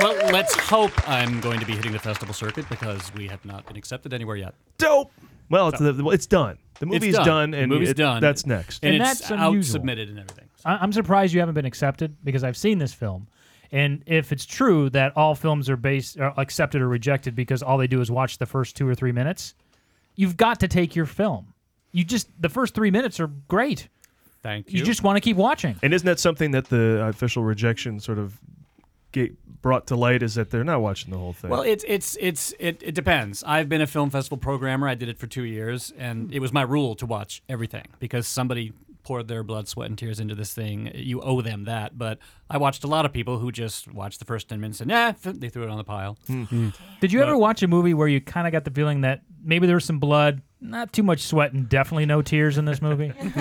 Well, well, let's hope I'm going to be hitting the festival circuit because we have not been accepted anywhere yet. Dope. Well, it's, it's done. The movie It's is done, The and movie's it- done. that's next. And, And it's that's unusual. out submitted and everything. I- I'm surprised you haven't been accepted because I've seen this film. And if it's true that all films are based are accepted or rejected because all they do is watch the first 2 or 3 minutes, you've got to take your film. You just the first 3 minutes are great. Thank You just want to keep watching. And isn't that something that the official rejection sort of ga- brought to light? Is that they're not watching the whole thing? Well, it's it's it's it, it depends. I've been a film festival programmer. I did it for two years, Hmm. and it was my rule to watch everything because somebody poured their blood, sweat, and tears into this thing. You owe them that. But I watched a lot of people who just watched the first ten minutes and nah, they threw it on the pile. Hmm. Did you ever watch a movie where you kind of got the feeling that maybe there was some blood, not too much sweat, and definitely no tears in this movie? You're like,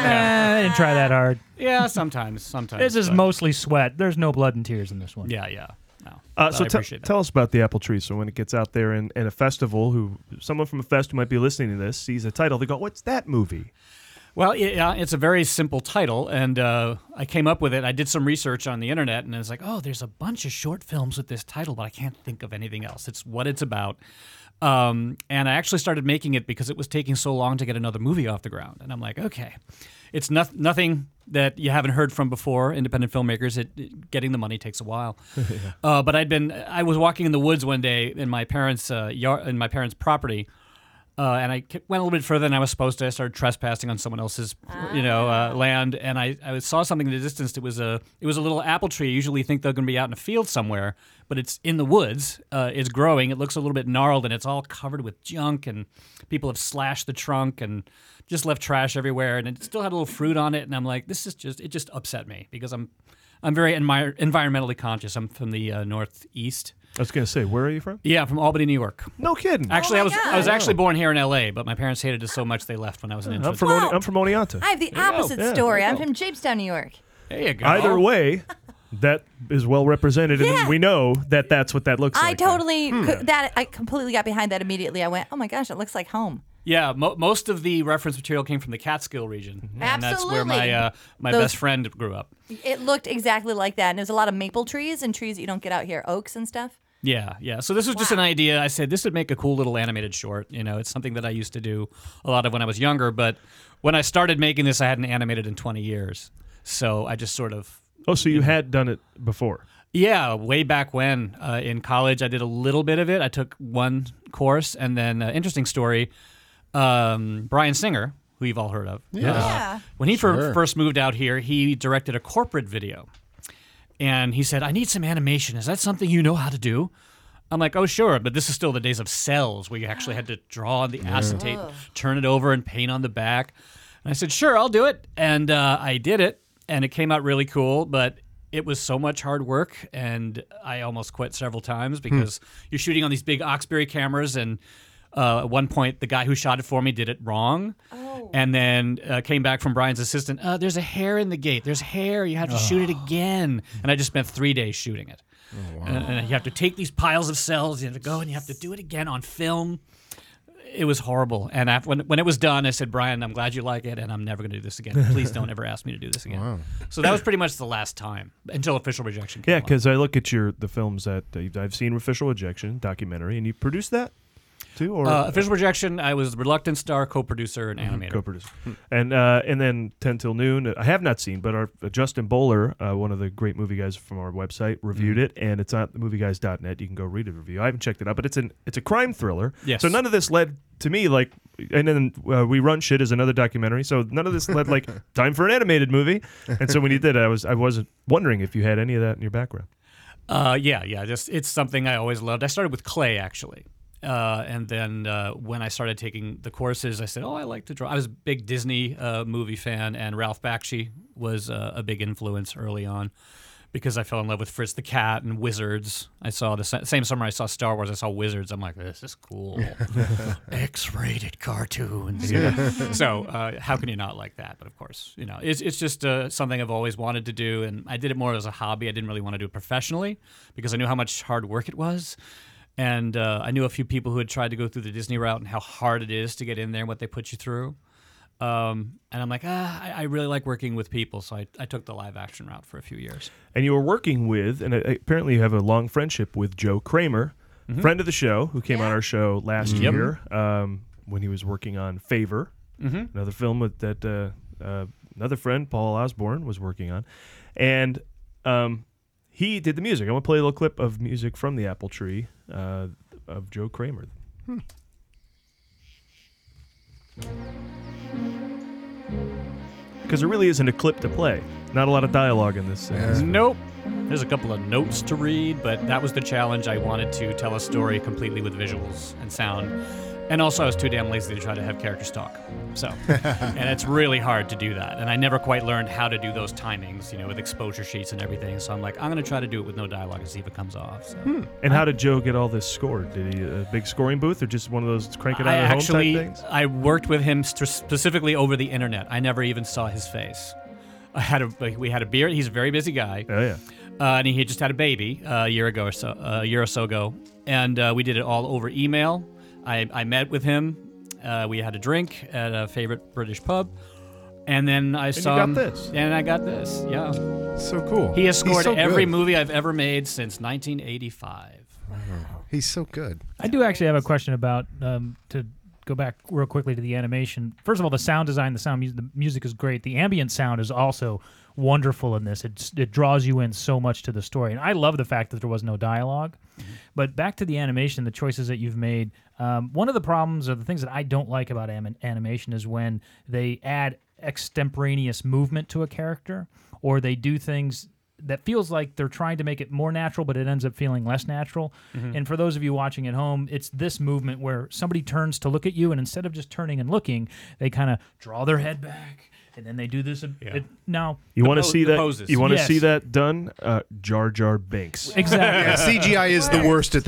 nah, I didn't try that hard. Yeah, sometimes, sometimes. This is but- mostly sweat. There's no blood and tears in this one. Yeah, yeah. uh, but so I tell- appreciate tell us about the apple tree. So when it gets out there and, and a festival, who someone from a fest who might be listening to this sees a title, they go, "What's that movie?" Well, yeah, it's a very simple title, and uh, I came up with it. I did some research on the internet, and it's like, oh, there's a bunch of short films with this title, but I can't think of anything else. It's what it's about. Um, and I actually started making it because it was taking so long to get another movie off the ground. And I'm like, okay, it's noth- nothing that you haven't heard from before. Independent filmmakers, it, it- getting the money takes a while. uh, but I'd been, I was walking in the woods one day in my parents' uh, yard, in my parents' property, Uh, and I ke- went a little bit further than I was supposed to. I started trespassing on someone else's, you know, uh, land. And I, I saw something in the distance. It was a it was a little apple tree. I usually think they're going to be out in a field somewhere, but it's in the woods. Uh, it's growing. It looks a little bit gnarled, and it's all covered with junk. And people have slashed the trunk and just left trash everywhere. And it still had a little fruit on it. And I'm like, this is just it just upset me because I'm I'm very enmi- environmentally conscious. I'm from the uh, northeast. I was going to say, where are you from? Yeah, from Albany, New York. No kidding. Actually, Oh my I was God. I was actually born here in L.A., but my parents hated us so much they left when I was an infant. I'm from, Oni- I'm from Oneonta. I have the There you go. opposite Yeah. story. I'm from Jamestown, New York. There you go. Either way, that is well represented, and we know that that's what that looks I like. totally Hmm. could, that I completely got behind that immediately. I went, oh my gosh, it looks like home. Yeah, mo- most of the reference material came from the Catskill region, and that's where my Absolutely. uh, my Those- best friend grew up. It looked exactly like that, and there's a lot of maple trees and trees that you don't get out here, oaks and stuff. Yeah, yeah. So this was just an idea. I said this would make a cool little animated short. You know, it's something that I used to do a lot of when I was younger. But when I started making this, I hadn't animated in 20 years, so I just sort of Oh, so you had done it before. Yeah, way back when uh, in college, I did a little bit of it. I took one course, and then uh, interesting story. Um, Brian Singer, who you've all heard of, Yeah. uh, Yeah. when he fir- Sure. first moved out here, he directed a corporate video, and he said, "I need some animation. Is that something you know how to do?" I'm like, "Oh, sure," but this is still the days of cells where you actually had to draw on the Yeah. acetate, Ugh. turn it over, and paint on the back. And I said, sure, I'll do it. And uh, I did it, and it came out really cool, but it was so much hard work, and I almost quit several times because you're shooting on these big Oxbury cameras, and uh, at one point, the guy who shot it for me did it wrong. And then uh, came back from Brian's assistant. Uh, there's a hair in the gate. There's hair. You have to shoot it again. And I just spent three days shooting it. and, and you have to take these piles of cells. You have to go and you have to do it again on film it was horrible. And after, when, when it was done, I said, Brian, I'm glad you like it, and I'm never going to do this again. Please don't ever ask me to do this again. So that was pretty much the last time until official rejection came. Yeah, because I look at your the films that uh, I've seen, official rejection documentary, and you produced that too, or uh, official rejection, I was reluctant star, co producer, and animator. Co-producer. And uh, and then Ten Till Noon. I have not seen, but our uh, Justin Bowler, uh, one of the great movie guys from our website, reviewed it, and it's on movieguys.net. You can go read the review. I haven't checked it out, but it's an it's a crime thriller. Yes. So none of this led to me like, and then uh, we run shit is another documentary. So none of this led like time for an animated movie. And so when you did, it, I was I wasn't wondering if you had any of that in your background. Uh, yeah, yeah. Just it's something I always loved. I started with clay actually, uh, and then uh, when I started taking the courses, I said, "Oh, I like to draw." I was a big Disney uh, movie fan, and Ralph Bakshi was uh, a big influence early on because I fell in love with Fritz the Cat and Wizards. I saw the sa- same summer I saw Star Wars. I saw Wizards. I'm like, "This is cool." X-rated cartoons. Yeah. so uh, how can you not like that? But of course, you know, it's, it's just uh, something I've always wanted to do, and I did it more as a hobby. I didn't really want to do it professionally because I knew how much hard work it was, and uh, I knew a few people who had tried to go through the Disney route and how hard it is to get in there and what they put you through. Um, and I'm like, ah, I, I really like working with people, so I, I took the live action route for a few years. and you were working with, and uh, apparently you have a long friendship with Joe Kramer, Mhm. friend of the show, who came on our show last Yep. year um, when he was working on Favor, Mhm. another film with that uh, uh, another friend, Paul Osborne, was working on. And um, he did the music. I want to play a little clip of music from The Apple Tree uh, of Joe Kramer. Because there really isn't a clip to play. Not a lot of dialogue in this. uh, in this film. Nope. There's a couple of notes to read, but that was the challenge. I wanted to tell a story completely with visuals and sound. And also, I was too damn lazy to try to have characters talk. So, and it's really hard to do that. And I never quite learned how to do those timings, you know, with exposure sheets and everything. So I'm like, I'm going to try to do it with no dialogue and see if it comes off. So. And how did Joe get all this scored? Did he a big scoring booth or just one of those crank it out I at actually, home type things? I worked with him st- specifically over the internet. I never even saw his face. I had a like, we had a beer. He's a very busy guy. Oh yeah. Uh, and he had just had a baby uh, a year ago or so, a year or so ago, and uh, we did it all over email. I, I met with him. Uh, we had a drink at a favorite British pub, and then I you saw got him- this. And I got this. Yeah. So cool. He has He's scored so every good. movie I've ever made since 1985. He's so good. I do actually have a question about um, to go back real quickly to the animation. First of all, the sound design, the sound, mu- the music is great. The ambient sound is also wonderful in this. It it draws you in so much to the story, and I love the fact that there was no dialog But back to the animation, the choices that you've made. Um, one of the problems or the things that I don't like about anim- animation is when they add extemporaneous movement to a character, or they do things that feels like they're trying to make it more natural, but it ends up feeling less natural. Mhm. And for those of you watching at home, it's this movement where somebody turns to look at you, and instead of just turning and looking, they kind of draw their head back, and then they do this. It, now You want to see that? You want to Yes. see that done? Uh, Jar Jar Binks. Exactly. But here's the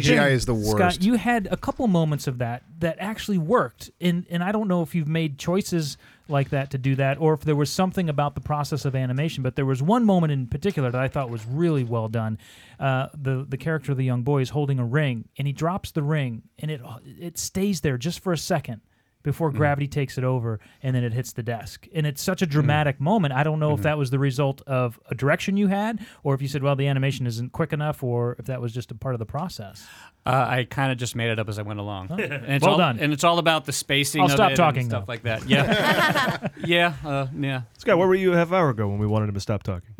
thing, Scott, Scott, you had a couple moments of that that actually worked, and and I don't know if you've made choices like that to do that, or if there was something about the process of animation. But there was one moment in particular that I thought was really well done. Uh, the the character of the young boy is holding a ring, and he drops the ring, and it it stays there just for a second. Before Mm. gravity takes it over, and then it hits the desk, and it's such a dramatic moment. I don't know if Mhm. that was the result of a direction you had, or if you said, "Well, the animation isn't quick enough," or if that was just a part of the process. Uh, I kind of just made it up as I went along. Oh. And it's Well all, done. And it's all about the spacing. I'll of stop it and talking, stuff though. like that. Yeah, yeah, uh, yeah. where were you a half hour ago when we wanted him to stop talking?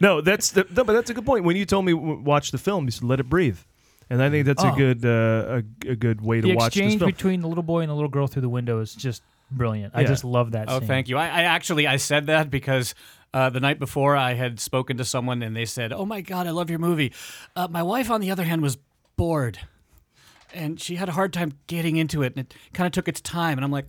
no, that's the, no, but that's a good point. When you told me w- watch the film, you said let it breathe, and I think that's Oh. a good uh, a, a good way the to watch this exchange film. between the little boy and the little girl through the window is just brilliant. I just love that. Oh, scene. thank you. I, I actually I said that because uh, the night before I had spoken to someone and they said, "Oh my God, I love your movie." Uh, my wife, on the other hand, was bored, and she had a hard time getting into it, and it kind of took its time. And I'm like,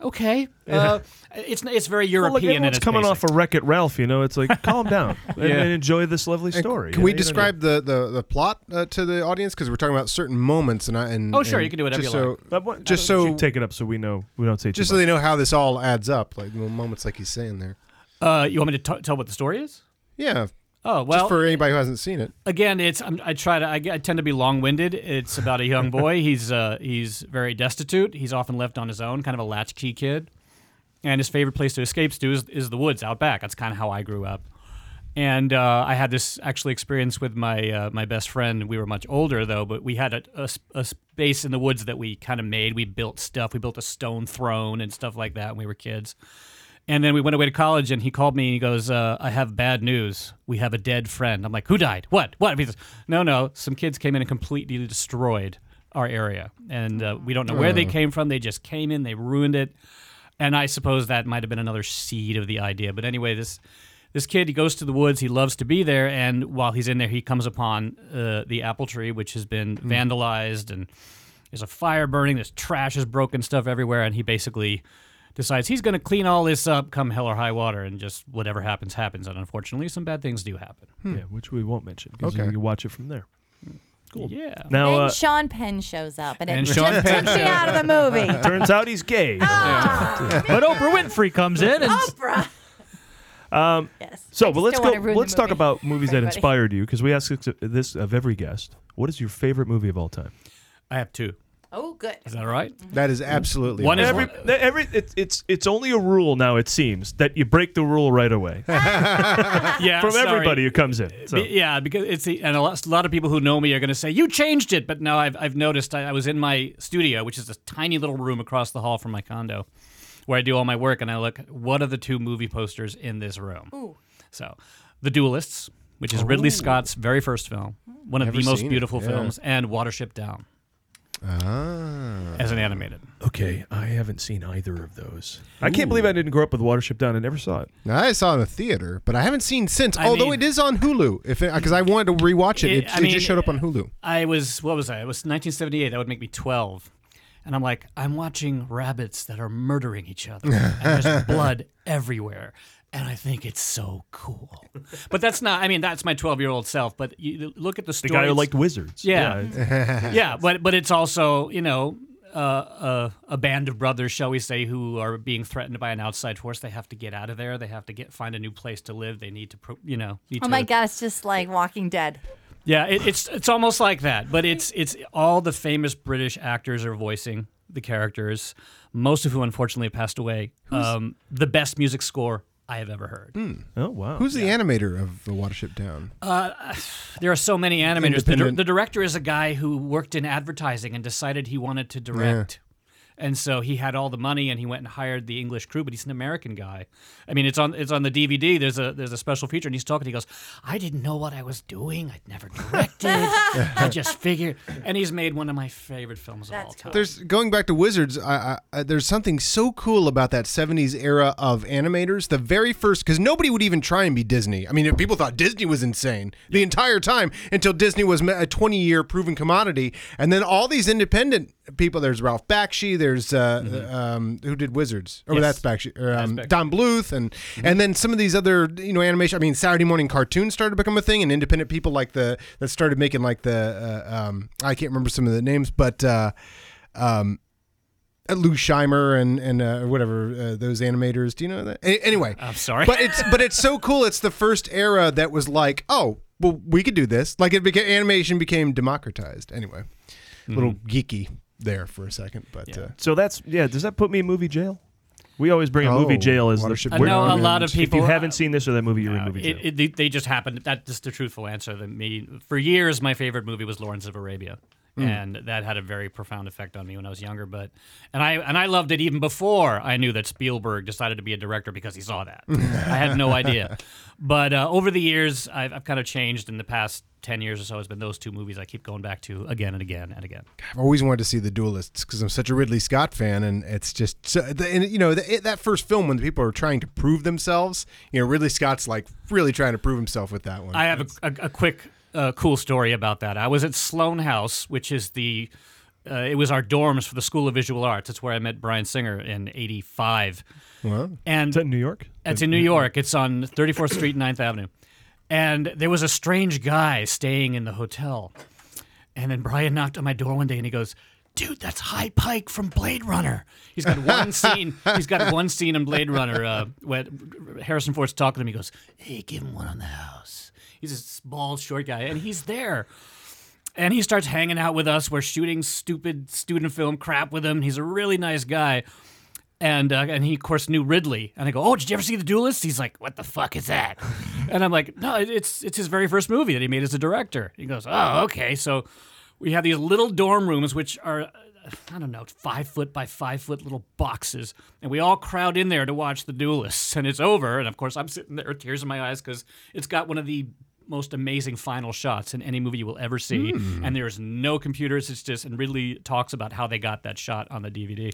"Okay, uh, it's it's very Well, look, European." in everyone's its coming basic. off a Wreck It Ralph, you know. It's like calm down and, Yeah. and enjoy this lovely And story. Can you we know, you don't need- describe the, the, the plot uh, to the audience because we're talking about certain moments and I and Oh, sure, and you can do whatever just you so, like. But what- Just I don't- so you take it up so we know we don't say too just so much. they know how this all adds up, like the moments like he's saying there. Uh, you want me to t- tell what the story is? Yeah. Oh well, just for anybody who hasn't seen it. again, it's I'm, I try to I, I tend to be long-winded. It's about a young boy. he's uh, he's very destitute. He's often left on his own, kind of a latchkey kid. And his favorite place to escape to is, is the woods out back. That's kind of how I grew up. And uh, I had this actually experience with my uh, my best friend. We were much older though, but we had a, a s- a space in the woods that we kind of made. We built stuff. We built a stone throne and stuff like that when we were kids. And then we went away to college, and he called me and he goes, uh, I have bad news. We have a dead friend. I'm like, Who died? What? What? He says, No, no. Some kids came in and completely destroyed our area. And uh, we don't know where they Oh. came from. They just came in, they ruined it. And I suppose that might have been another seed of the idea. But anyway, this. This kid, he goes to the woods. He loves to be there, and while he's in there, he comes upon uh, the apple tree, which has been Hmm. vandalized, and there's a fire burning. There's trash is broken stuff everywhere, and he basically decides he's going to clean all this up, come hell or high water, and just whatever happens, happens. And unfortunately, some bad things do happen. Yeah, which we won't mention because Okay. you can watch it from there. Cool. Yeah. Now, then uh, Sean Penn shows up and, and it Sean just Penn took me shows out of the up. movie. turns out he's gay. Oh, but Oprah Winfrey comes in and Um, So, but let's still go. wanna ruin the Let's talk movie about movies for that everybody. inspired you because we ask this- this of every guest. What is your favorite movie of all time? I have two. Oh, good. Is that all right? That is absolutely One One is every, every it's it's it's only a rule now. It seems that you break the rule right away. yeah, from sorry. everybody who comes in. So. Be- yeah, because it's the, and a lot, a lot of people who know me are going to say you changed it, but no, I've I've noticed. I, I was in my studio, which is a tiny little room across the hall from my condo, where I do all my work, and I look what are the two movie posters in this room. Ooh. So, The Duelists, which is Ridley Ooh. Scott's very first film, one of Never the most seen it, beautiful yeah. films, and Watership Down. Ah. As an animated. Okay, I haven't seen either of those. I can't believe I didn't grow up with Watership Down. I never saw it. Now, I saw it in the theater, but I haven't seen since. I although mean- it is on Hulu, if because I wanted to rewatch it, It- it, I it mean, just showed up on Hulu. I was what was I? It was 1978. That would make me 12. And I'm like, I'm watching rabbits that are murdering each other, and there's blood everywhere, and I think it's so cool. But that's not. I mean, that's my 12 year old self. But you look at the The story. guy who liked wizards. Yeah, Yeah. yeah. but but it's also you know. Uh, a, a band of brothers, shall we say, who are being threatened by an outside force. They have to get out of there. They have to get find a new place to live. They need to, pro- you know, need Oh to my God, it's just like Walking Dead. yeah, it, it's it's almost like that, but it's it's all the famous British actors are voicing the characters, most of who unfortunately passed away. Who's- Um, the best music score I have ever heard. Oh wow! Who's the animator of the Watership Down? Uh, there are so many animators. The, dir- Independent. the director is a guy who worked in advertising and decided he wanted to direct. And so he had all the money, and he went and hired the English crew. But he's an American guy. I mean, it's on it's on the DVD. There's a there's a special feature, and he's talking. He goes, "I didn't know what I was doing. I'd never directed. I just figured." And he's made one of my favorite films of all time. There's going back to Wizards. I, I, I, there's something so cool about that '70s era of animators. The very first, because nobody would even try and be Disney. I mean, people thought Disney was insane the entire time until Disney was a 20-year proven commodity, and then all these independent people. There's Ralph Bakshi. There's uh, um, who did Wizards? Oh, Yes. that's Bakshi. Mm-hmm. Or, um, Don Bluth, and and then some of these other you know animation. I mean, Saturday morning cartoons started to become a thing, and independent people like the that started making like the uh, um, I can't remember some of the names, but uh, um, uh, Lou Scheimer and and uh, whatever uh, those animators. Do you know that? A- anyway, I'm sorry, but it's but it's so cool. It's the first era that was like, oh, well, we could do this. Like it became animation became democratized. Anyway, a little Hmm. geeky there for a second, but uh, So that's yeah. Does that put me in movie jail? We always bring a movie Oh, jail as the. Watership Uh, I know a lot of If people- you haven't seen this or that movie, you're in movie jail. It, it, they, they just happened. That's just the truthful answer. That me for years, my favorite movie was Lawrence of Arabia, Mm. and that had a very profound effect on me when I was younger. But and I and I loved it even before I knew that Spielberg decided to be a director because he saw that. I had no idea. But uh, over the years, I've, I've kind of changed. In the past ten years or so, it's been those two movies I keep going back to again and again and again. I've always wanted to see the Duelists because I'm such a Ridley Scott fan, and it's just so, the, and you know the, it, that first film when the people are trying to prove themselves. You know, Ridley Scott's like really trying to prove himself with that one. I have a, a, a quick, uh, cool story about that. I was at Sloan House, which is the, uh, it was our dorms for the School of Visual Arts. It's where I met Brian Singer in '85. Wow. And it's in New York. It's in New York. It's on 34th Street, 9th Avenue. And there was a strange guy staying in the hotel. And then Brian knocked on my door one day and he goes, Dude, that's High Pike from Blade Runner. He's got one scene. He's got one scene in Blade Runner uh, where Harrison Ford's talking to him. He goes, Hey, give him one on the house. He's this bald, short guy, and he's there. And he starts hanging out with us. We're shooting stupid student film crap with him. He's a really nice guy. And, uh, and he, of course, knew Ridley. And I go, Oh, did you ever see The Duelist? He's like, What the fuck is that? and I'm like, No, it- it's, it's his very first movie that he made as a director. He goes, Oh, okay. So we have these little dorm rooms, which are, uh, I don't know, five foot by five foot little boxes. And we all crowd in there to watch The Duelists. And it's over. And of course, I'm sitting there with tears in my eyes because it's got one of the most amazing final shots in any movie you will ever see. Hmm. And there's no computers. It's just, and Ridley talks about how they got that shot on the DVD.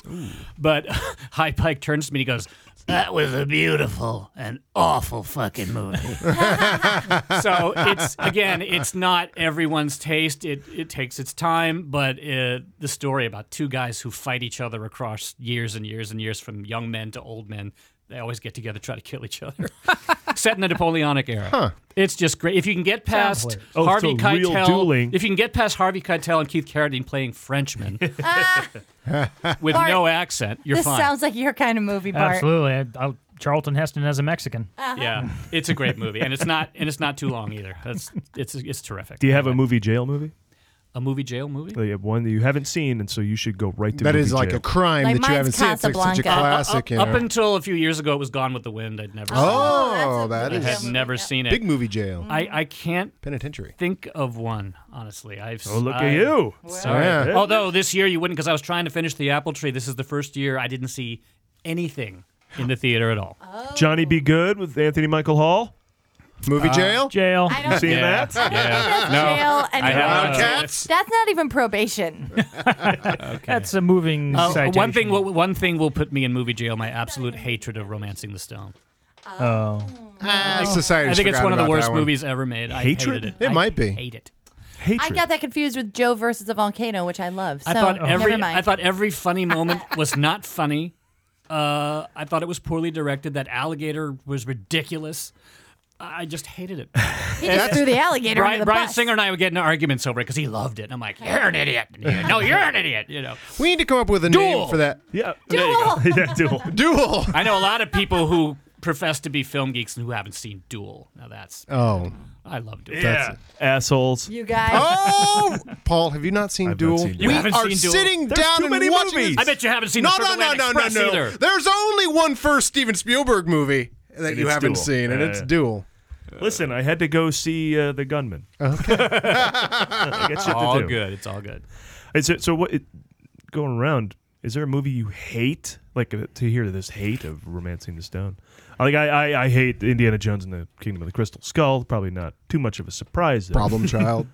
But High Pike turns to me and he goes, That was a beautiful and awful fucking movie. so it's again, it's not everyone's taste. It it takes its time, but uh the story about two guys who fight each other across years and years and years, from young men to old men, they always get together try to kill each other. Set in the Napoleonic era, Huh. it's just great. If you can get past hilarious. Oh, so Harvey real Keitel, dueling. if you can get past Harvey Keitel and Keith Carradine playing Frenchmen with Bart, no accent, you're this fine. sounds like your kind of movie, Bart. Absolutely. I, I, Charlton Heston as a Mexican. yeah, it's a great movie, and it's not and it's not too long either. That's it's it's terrific. Do you have a movie jail movie? a movie jail movie? They have one that you haven't seen, and so you should go right to. That movie is like jail. a crime Like that you mine's haven't seen. It's like such a Casablanca. classic, Uh, uh, up, you up know. until a few years ago, it was Gone with the Wind. I'd never. Oh, seen it. that is I had never seen it. Big movie jail. I, I can't penitentiary. Think of one honestly. I've. Oh, look at I- you. Sorry. Yeah. Although this year you wouldn't, because I was trying to finish the Apple Tree. This is the first year I didn't see anything in the theater at all. Johnny Be Good with Anthony Michael Hall. Movie Uh, jail? Jail. I You don't- seen Yeah. that? Yeah. Jail and I have Cats. not. That's not even probation. That's a moving Uh, citation. one thing. Will, one thing will put me in movie jail. My absolute hatred of *Romancing the Stone*. Oh. I think- Ah, society's I think it's forgotten one of the about worst that one. movies ever made. I hated Hatred? it. It I might be. Hate it. I got that confused with Joe versus the volcano, which I love. So I thought every never mind. I thought every funny moment was not funny. Uh, I thought it was poorly directed. That alligator was ridiculous. I I just hated it. He just threw the alligator Brian, under the Brian bus. Singer and I would get into arguments over it because he loved it. And I'm like, you're an idiot. You- no, you're an idiot. You know. We need to come up with a Duel. name for that. Yeah. There you go. yeah, duel. Duel. I know a lot of people who profess to be film geeks and who haven't seen Duel. Now that's Oh. I love Duel. Yeah. Assholes. You guys. Oh, Paul, have you not seen Duel? seen we Duel. You haven't are seen Duel? sitting There's down too and many watching. movies. this- I bet you haven't seen no, the no, no, Superman no, Express no, no. either. There's only one first Steven Spielberg movie. that And you it's haven't Duel. seen, and Yeah, it's yeah. Duel. Listen, I had to go see uh, the gunman. Okay. I got shit to All do. good. It's all good. Is it, so what? It, going around, is there a movie you hate? Like uh, to hear this hate of *Romancing the Stone*? Like I, I, I hate *Indiana Jones and the Kingdom of the Crystal Skull*. Probably not too much of a surprise. There. Problem Child.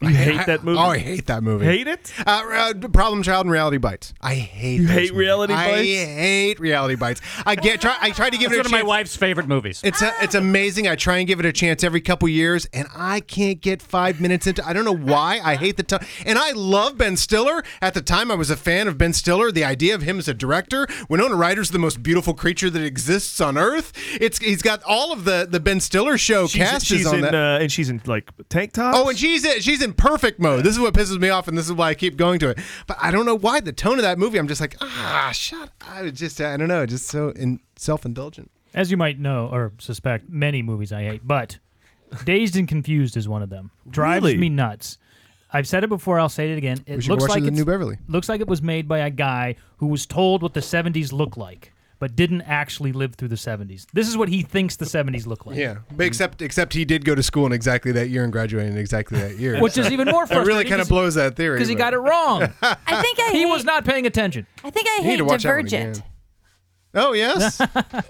you hate that movie? Oh, I hate that movie. Hate it? Uh, uh, Problem Child and Reality Bites. I hate. You those hate movies. Reality I Bites? hate Reality Bites. I get. Try, I try to give It's it. one a of my chance. wife's favorite movies. It's a, it's amazing. I try and give it a chance every couple years, and I can't get five minutes into. I don't know why. I hate the time, and I love Ben Stiller. At the time, I was a fan of Ben Stiller. The idea of him as a director, Winona Ryder's the most beautiful creature that exists on Earth. It's he's got all of the the Ben Stiller show She's, cast she's is on in, that. uh, and she's in like tank top. Oh, and she's in, she's in perfect mode. This is what pisses me off, and this is why I keep going to it. But I don't know why the tone of that movie. I'm just like, ah, shut. I was just I don't know, just so in, self indulgent. As you might know or suspect, many movies I hate, but Dazed and Confused is one of them. Drives Really? me nuts. I've said it before. I'll say it again. It We should looks watch it like in it's, New Beverly. Looks like it was made by a guy who was told what the '70s looked like, but didn't actually live through the '70s. This is what he thinks the '70s look like. Yeah, but except except he did go to school in exactly that year and graduated in exactly that year, Which is even more It really frustrating kind of 'cause- blows that theory because he but- got it wrong. I think I he hate, was not paying attention. I think I You need hate to watch that one Divergent. again. Oh yes,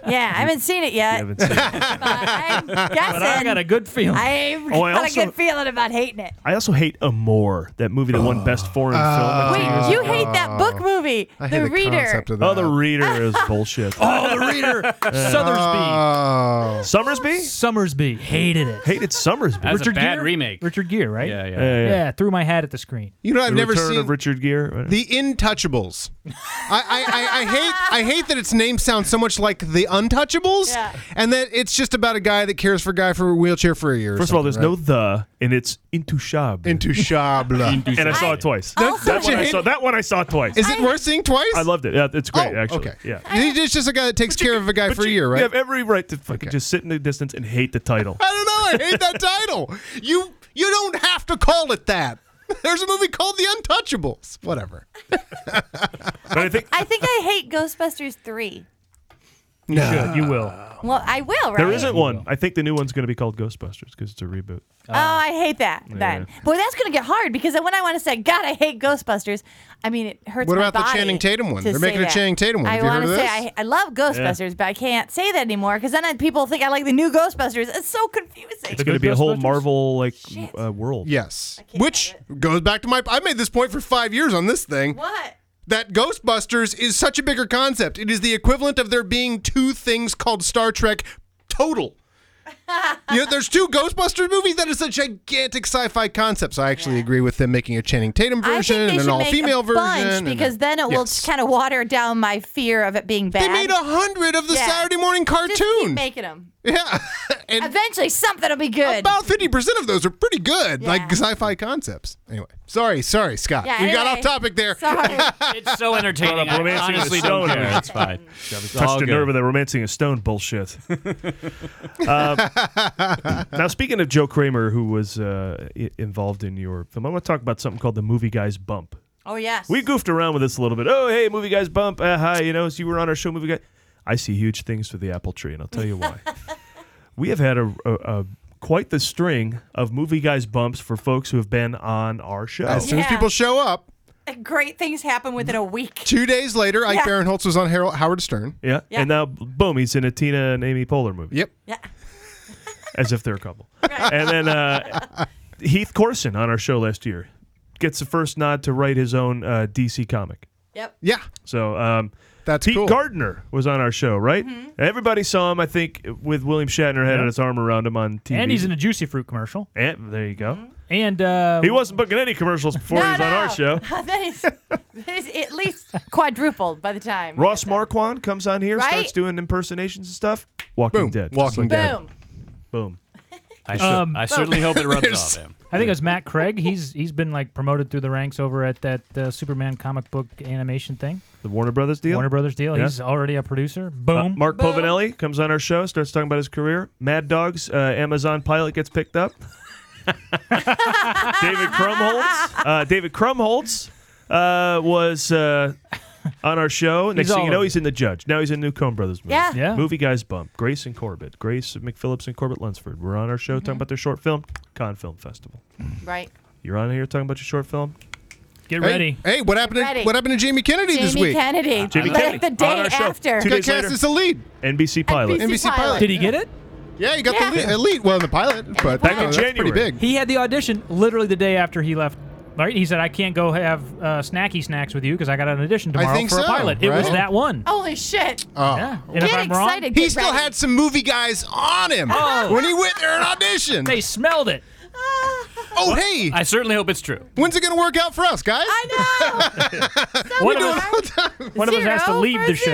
Yeah, I haven't seen it yet. haven't seen but I'm But I guessing. got a good feeling. I've Oh, I got also- a good feeling about hating it. I also hate Amour, that movie that Uh, won Best Foreign Film. like, two years Wait, you ago. hate that book movie, Oh, I hate The the Reader. concept of that. Oh, the reader is bullshit. Uh, Oh, the reader, Sothersby, Oh. Summersby? Summersby hated it. Hated Summersby. That's a Richard bad Gere? remake. Richard Gere, right? Yeah, yeah. Yeah, yeah. Yeah, threw my hat at the screen. You know, I've the never return seen of Richard Gere. Right? The Intouchables. I, I, I, I hate I hate that its name sounds so much like the Untouchables, Yeah. and that it's just about a guy that cares for a guy for a wheelchair for a year. First of all, there's no the, and it's intouchable. Intouchable. and I saw I- it twice. Also- that, one I That's a- saw, that one I saw twice. Is it worth seeing twice? I loved it. Yeah, it's great, Oh, actually. okay. Yeah. He's just a guy that takes care of a guy But for you, a year, right? You have every right to fucking Okay. just sit in the distance and hate the title. I don't know. I hate that title. You you don't have to call it that. There's a movie called The Untouchables. Whatever. but I think I think I hate Ghostbusters 3. You should. You will. Well, I will, right? there isn't one. I think the new one's going to be called Ghostbusters because it's a reboot. Oh, I hate that then. Boy, that's going to get hard because then when I want to say, God, I hate Ghostbusters, I mean, it hurts What my about the body Channing Tatum one? to They're making say a that. Channing Tatum one. I Have you heard wanna of say this? I, I love Ghostbusters, but I can't say that anymore because then I- people think I like the new Ghostbusters. It's so confusing. It's going to be a whole Ghostbusters? Marvel like Shit. uh, world. Yes. Which goes back to my I made this point for 5 years on this thing. what? that Ghostbusters is such a bigger concept. It is the equivalent of there being two things called Star Trek total. you know, there's two Ghostbusters movies. That is a gigantic sci-fi concept. So I actually agree with them making a Channing Tatum I version think they and an should all-female make a bunch version. and- because then it will Yes. kind of water down my fear of it being bad. They made a hundred of the Yeah. Saturday morning Just keep cartoon. making them. yeah, and Eventually, something will be good. about fifty percent of those are pretty good, Yeah. like sci-fi concepts. Anyway, sorry, sorry, Scott, Yeah, we got anyway. off topic there. Sorry. It's so entertaining. Brought up I Romancing the honestly don't Stone. care. It's fine. It's all touched a good. nerve with that romancing a stone bullshit. Uh, now, speaking of Joe Kramer, who was uh, i- involved in your film, I want to talk about something called the Movie Guys Bump. oh yes. We goofed around with this a little bit. Oh, hey, Movie Guys Bump. Uh, hi, you know, so you were on our show, Movie Guy. I see huge things for the apple tree, and I'll tell you why. we have had a, a, a quite the string of Movie Guys Bumps for folks who have been on our show. As soon as Yeah. people show up, Great things happen within a week. two days later, Ike Yeah. Barinholtz was on Harold, Howard Stern. yeah? Yeah. And now, boom, he's in a Tina and Amy Poehler movie. Yep. Yeah. as if they're a couple. And then uh, Heath Corson on our show last year gets the first nod to write his own uh, DC comic. Yep. Yeah. So um, That's Pete cool. Gardner was on our show, right? Mm-hmm. Everybody saw him, I think, with William Shatner had his arm around him on TV. And he's in a Juicy Fruit commercial. And- there you go. And uh, He wasn't booking any commercials before he was on our show. that, is, that is at least quadrupled by the time. Ross Marquand comes on here, Right? starts doing impersonations and stuff. Walking Boom. Dead. Walking Just like Dead. that. Boom. Boom. I, cer- I certainly hope it rubs off him. I think it was Matt Craig. He's he's been like promoted through the ranks over at that uh, Superman comic book animation thing, The Warner Brothers deal. Warner Brothers deal. Yeah. He's already a producer. Uh, Boom. Mark Povinelli comes on our show, starts talking about his career. Mad Dogs, uh, Amazon pilot gets picked up. David Krumholtz. Uh, David Krumholtz uh, was uh, on our show. Next He's thing you all know, over he's in The Judge. Now he's in New Coen Brothers movie. Yeah. Yeah. Movie Guys Bump. Grace and Corbett. Grace McPhillips and Corbett Lunsford. We're on our show Mm-hmm. talking about their short film, Con Film Festival. Right. You're on here talking about your short film. Get Hey, Hey, what happened? Ready. To, what happened to Jamie Kennedy this Jamie week? Kennedy. Uh, Jamie Like Kennedy. the day on our show. after. Two Got days cast later. as the lead. NBC pilot. NBC pilot. pilot. Did he get it? Yeah, you got Yeah. the lead, elite. Well, the pilot, but Back you in know, that's pretty January. big. He had the audition literally the day after he left. Right? He said, "I can't go have uh, snacky snacks with you because I got an audition I tomorrow think for a so, pilot." It was right? that one. Holy shit. Uh, Oh. Yeah. Get And if I'm wrong, excited. He get still ready. had some movie guys on him Oh. when he went there and auditioned. they smelled it. Oh, hey, I certainly hope it's true. when's it gonna work out for us, guys? One of us, one of us has to Zero leave for the show.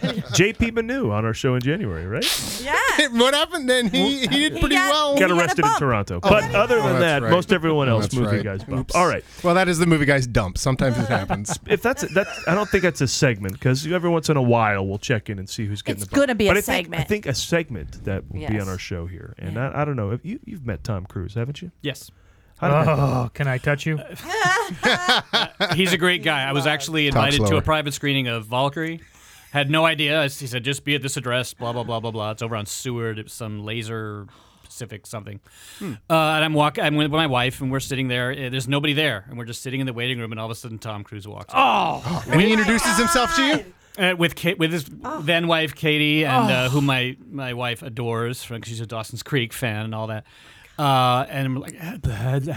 zero. JP Manu on our show in January, right? Yeah. what happened then? He, he did pretty got- well. Got arrested in Toronto. Oh. But other Oh, than that's that, right. most everyone else That's movie right. guys bump. Oops. All right. Well, that is the movie guys dump. Sometimes it happens. If that's that, I don't think that's a segment because every once in a while we'll check in and see who's getting It's the. bump. gonna be a But I think- I segment. think a segment that will be Yes. on our show here, and I, I don't know if you you've met Tom Cruise, haven't you? Yes. How did that- Oh, can I touch you? He's a great guy. I was actually Talk invited to slower. a private screening of Valkyrie. Had no idea. He said, just be at this address, blah, blah, blah, blah, blah. It's over on Seward. It was some laser Pacific something. Hmm. Uh, and I'm walk. I'm with my wife, and we're sitting there. Uh, There's nobody there. And we're just sitting in the waiting room, and all of a sudden, Tom Cruise walks in. Oh, when he introduces himself to Oh you, Uh, with Kate, with his then wife Katie, and uh, who my my wife adores, because she's a Dawson's Creek fan and all that. Uh, and I'm like,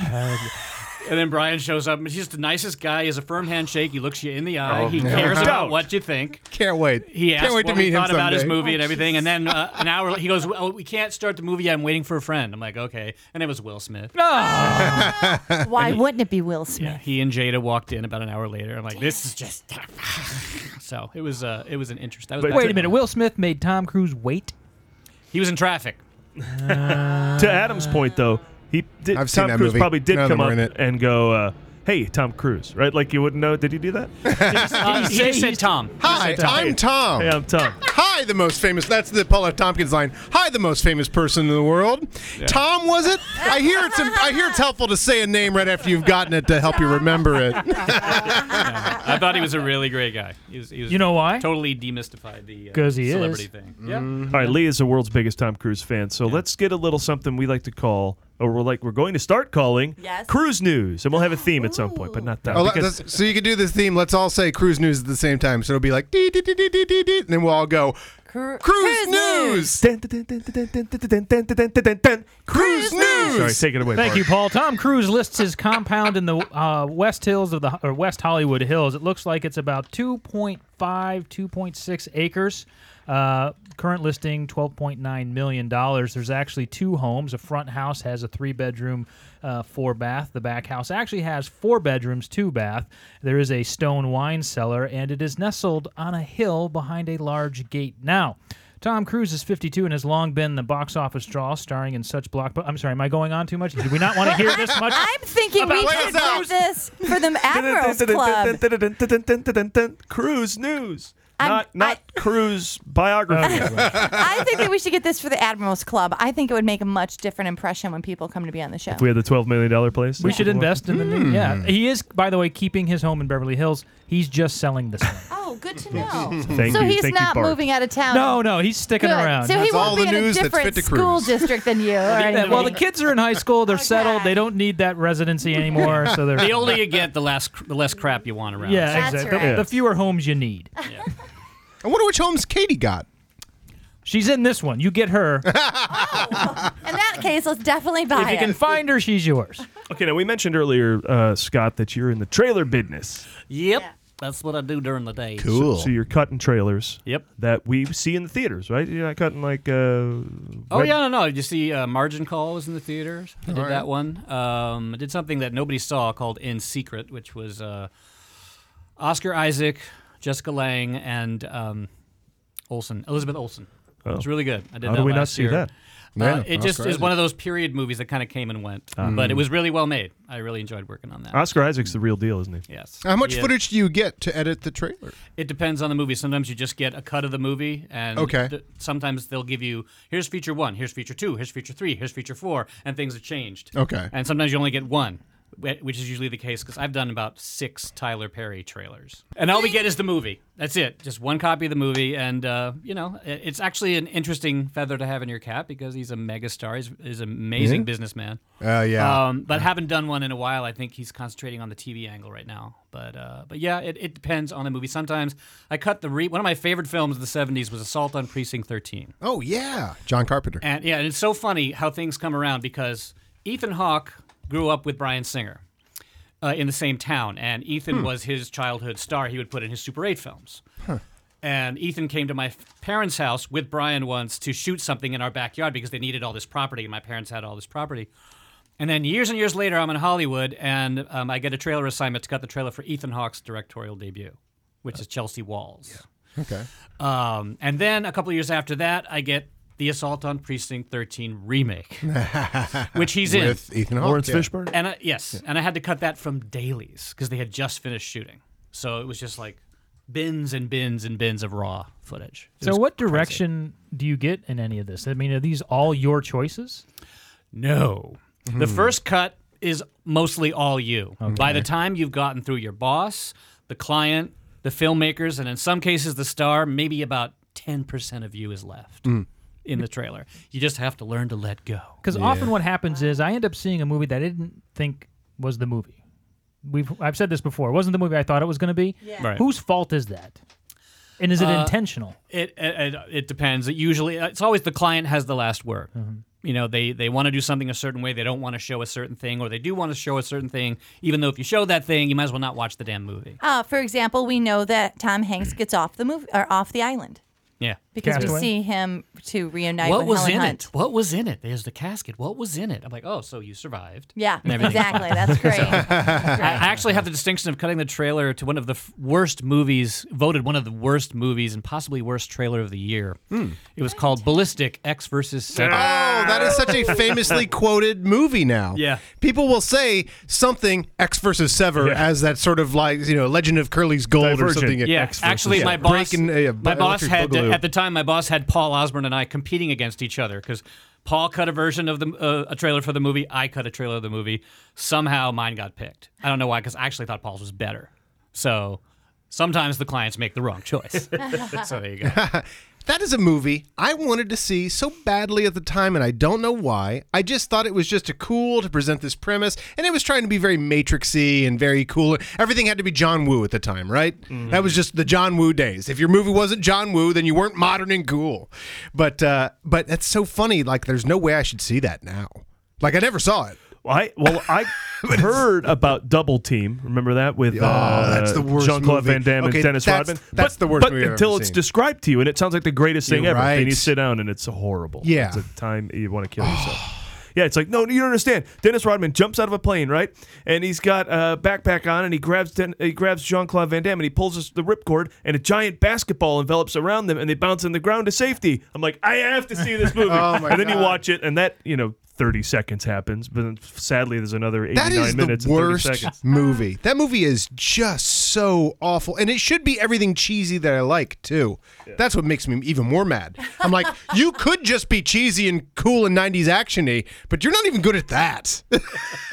and then Brian shows up, and he's the nicest guy. He has a firm handshake. He looks you in the eye. he Oh, no. cares Don't. about what you think. can't wait. He asked can't wait what to meet we him thought about his someday. movie and everything, and then uh, an hour he goes, "Well, we can't start the movie. I'm waiting for a friend." I'm like, "Okay," and it was Will Smith. Why wouldn't it be Will Smith? Yeah, he and Jada walked in about an hour later. I'm like, "This is just." so it was uh, it was an interest. That was But- back Wait to- a minute. Will Smith made Tom Cruise wait. He was in traffic. Uh. to Adam's point, though, he did. I've seen Tom that Cruise movie. probably did None of come them up were in it. and go, uh, "Hey, Tom Cruise," right? Like you wouldn't know. Did he do that? Uh, he just said Tom. Hi, I'm Tom. hey, I'm Tom. Hi, the most famous. That's the Paula Tompkins line. Hi, the most famous person in the world. Tom was it? I hear it's I hear it's helpful to say a name right after you've gotten it to help you remember it. I thought he was a really great guy. He was, he was You know why? Totally demystified the uh, 'Cause he is. celebrity thing. Yeah. All right, Lee is the world's biggest Tom Cruise fan, so let's get a little something we like to call, or we're like we're going to start calling Yes. cruise news, and we'll have a theme at some point, but not that. Oh, let- because- let's- so you can do this theme. Let's all say cruise news at the same time. So it'll be like dee dee dee dee dee dee, dee, and then we'll all go Cru- cruise news, Dun, dun, dun, dun, dun, dun, dun, dun, dun, dun, dun, dun. cruise Sorry, news. take it away. Thank Bart. you, Paul. Tom Cruise lists his compound in the uh, West Hills of the or West Hollywood Hills. It looks like it's about 2.5, 2.6 acres. Uh, current listing 12.9 million dollars. There's actually two homes. A front house has a three bedroom, uh, four bath. The back house actually has four bedrooms, two bath. There is a stone wine cellar, and it is nestled on a hill behind a large gate. Now. Tom Cruise is 52 and has long been the box office draw, starring in such block. I'm sorry, am I going on too much? Did we not want to hear this much? I'm thinking we About should Will do this for the Admirals Club. Cruise news. I'm- Not not cruise biography. I think that we should get this for the Admirals Club. I think it would make a much different impression when people come to be on the show. we had the twelve million dollar place. We should invest in the Hmm. new. Yeah, he is. By the way, keeping his home in Beverly Hills. He's just selling this one. Oh, good to know. Thank so you, he's thank you, not Bart. moving out of town. No, no, he's sticking Oh. Good. around. So he That's won't all be the in news a that's different fit to school cruise. district than you. Or Yeah, anything. well, the kids are in high school. They're settled. They don't need that residency anymore. So they're The older you get, the less the less crap you want around. yeah, That's exactly. right. The fewer homes you need. I wonder which homes Katie got. She's in this one. You get her. in that case, let's definitely buy if you it. can find her, she's yours. Okay, now we mentioned earlier, uh, Scott, that you're in the trailer business. Yep. That's what I do during the day. So you're cutting trailers. Yep. That we see in the theaters, right? You're not cutting like. Uh, Oh web- yeah, no, no. Did you see uh, Margin Call was in the theaters? I did All right. that one. Um, I did something that nobody saw called In Secret, which was uh, Oscar Isaac, Jessica Lange, and um, Olsen, Elizabeth Olsen. It was really good. I did Oh. How that did we not last see year. that? Yeah, Uh, it just Oscar is one of those period movies that kind of came and went, Ah. Mm. but it was really well made. I really enjoyed working on that. Oscar Isaac's the real deal, isn't he? yes. How much Yeah. footage do you get to edit the trailer? It depends on the movie. Sometimes you just get a cut of the movie, and Okay. th- sometimes they'll give you here's feature one, here's feature two, here's feature three, here's feature four, and things are changed. Okay. And sometimes you only get one. wh- which is usually the case because I've done about six Tyler Perry trailers, and all we get is the movie. That's it, just one copy of the movie, and uh, you know, i- it's actually an interesting feather to have in your cap because he's a megastar. He's, he's an amazing Mhm. businessman. Oh, yeah. Um, but haven't done one in a while. I think he's concentrating on the TV angle right now. But uh, but yeah, it, it depends on the movie. Sometimes I cut the re- one of my favorite films of the '70s was Assault on Precinct 13. Oh yeah, John Carpenter. And yeah, and it's so funny how things come around because Ethan Hawke grew up with Brian Singer uh, in the same town, and Ethan Hmm. was his childhood star. He would put in his Super 8 films. Huh. And Ethan came to my f- parents' house with Brian once to shoot something in our backyard because they needed all this property, and my parents had all this property. And then years and years later, I'm in Hollywood, and um, I get a trailer assignment to cut the trailer for Ethan Hawke's directorial debut, Uh, which is Chelsea Walls. Okay. Um, and then a couple of years after that, I get the Assault on Precinct 13 remake, which he's in With Ethan Hawke, Lawrence yeah. Fishburne? And I, yes, Yeah. and I had to cut that from dailies because they had just finished shooting, so it was just like bins and bins and bins of raw footage. It So, was what direction do you get in any of this? I mean, are these all your choices? No. The Hmm. first cut is mostly all you. By the time you've gotten through your boss, the client, the filmmakers, and in some cases the star, maybe about 10% of you is left Hmm. Mm. in the trailer. You just have to learn to let go. Because often what happens is I end up seeing a movie that I didn't think was the movie. We've I've said this before. It wasn't the movie I thought it was going to be. Yeah. Right. Whose fault is that? And is it Uh, intentional? It, it it- it depends. It usually uh, it's always the client has the last word. You know, they they want to do something a certain way. They don't want to show a certain thing, or they do want to show a certain thing. Even though if you show that thing, you might as well not watch the damn movie. Uh, for example, we know that Tom Hanks gets off the movie or off the island Yeah, because we see him to reunite what with was Helen in Hunt. it? What was in it? There's the casket. What was in it? I'm like, oh, so you survived. Yeah, And everything's exactly. fine. That's great. So, I, I actually have the distinction of cutting the trailer to one of the f- worst movies, voted one of the worst movies and possibly worst trailer of the year. It was called Ballistic X versus. Seven. Oh, that is such a famously quoted movie now. Yeah. People will say something X versus Sever as that sort of like, you know, Legend of Curly's Gold or something. Yeah, X versus- actually, my Yeah. boss, Breaking, uh, yeah, my Bu- boss Electric had Boogaloo. at the time, my boss had Paul Osborne and I competing against each other because Paul cut a version of the uh, a trailer for the movie, I cut a trailer of the movie. Somehow, mine got picked. I don't know why, because I actually thought Paul's was better. So sometimes the clients make the wrong choice. so there you go. that is a movie I wanted to see so badly at the time, and I don't know why. I just thought it was just a cool to present this premise, and it was trying to be very matrixy and very cool. Everything had to be John Woo at the time, right? That was just the John Woo days. If your movie wasn't John Woo, then you weren't modern and cool. But uh, but that's so funny. Like, there's no way I should see that now. Like, I never saw it. I well I heard about Double Team. Remember that with Oh, that's the worst Jean Claude movie. Van Damme Okay, and Dennis that's- Rodman. that's but, the worst But movie I've until ever it's seen. described to you, and it sounds like the greatest thing You're ever. Then you right. sit down and it's horrible. Yeah. it's a time you want to kill yourself. Yeah, it's like no, you don't understand. Dennis Rodman jumps out of a plane, right? And he's got a backpack on, and he grabs Den- he grabs Jean Claude Van Damme, and he pulls his, the ripcord, and a giant basketball envelops around them, and they bounce on the ground to safety. I'm like, I have to see this movie. Oh, my and then you God. watch it, and that you know. 30 seconds happens, but then sadly, there's another 89 That is minutes the and 30 worst seconds. movie. That movie is just so awful, and it should be everything cheesy that I like too. That's what makes me even more mad. I'm like, you could just be cheesy and cool and '90s actiony, but you're not even good at that. And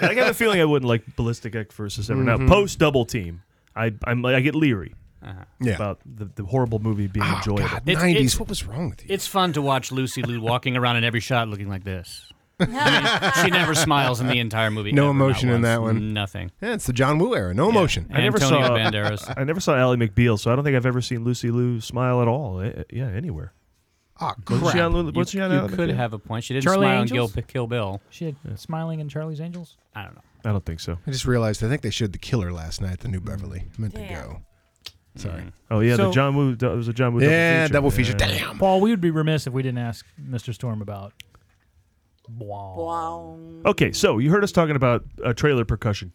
I got a feeling I wouldn't like Ballistic X versus ever. Now, Mhm. post double team, I I'm like I get leery Yeah. Oh, about the, the horrible movie being enjoyable. It's- it's- what was wrong with you? It's fun to watch Lucy Liu walking around in every shot looking like this. I mean, she never smiles in the entire movie. No ever, not emotion in that once. one. Nothing. Yeah, it's the John Woo era. No emotion. I never Antonio saw Banderas. I never saw Ally McBeal, so I don't think I've ever seen Lucy Liu smile at all. eh, eh, yeah, anywhere. Oh, Wasn't she on, Lu- wasn't she you on you Ally could McBeal? have a point. She didn't Charlie smile Angels? in Gil, Kill Bill. She had smiling in Charlie's Angels. I don't know. I don't think so. I just realized I think they showed The Killer last night at the New Beverly. I meant to go. Sorry. Oh yeah, So- the John Woo. It was a John Woo. Yeah, double double feature. feature. Yeah. Damn. Paul, we would be remiss if we didn't ask Mr. Storm about. Okay, so you heard us talking about uh, trailer percussion.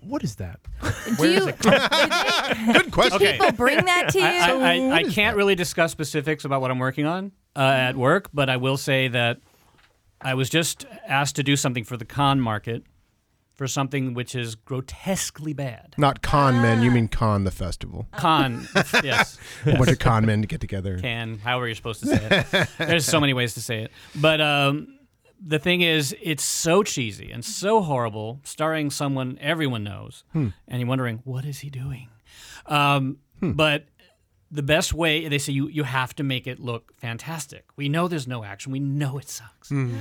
What is that? Do you, Good question. people bring that to you? I, I- I- What I is Mm-hmm. can't really discuss specifics about what I'm working on uh, at work, but I will say that I was just asked to do something for the con market for something which is grotesquely bad. Not con men. Ah. You mean con the festival? Con, yes. a bunch of con men to get together. Can, however you're supposed to say it. There's so many ways to say it. But um, the thing is, it's so cheesy and so horrible, starring someone everyone knows, Hmm. and you're wondering what is he doing. Um, But the best way they say you you have to make it look fantastic. We know there's no action. We know it sucks. Mhm.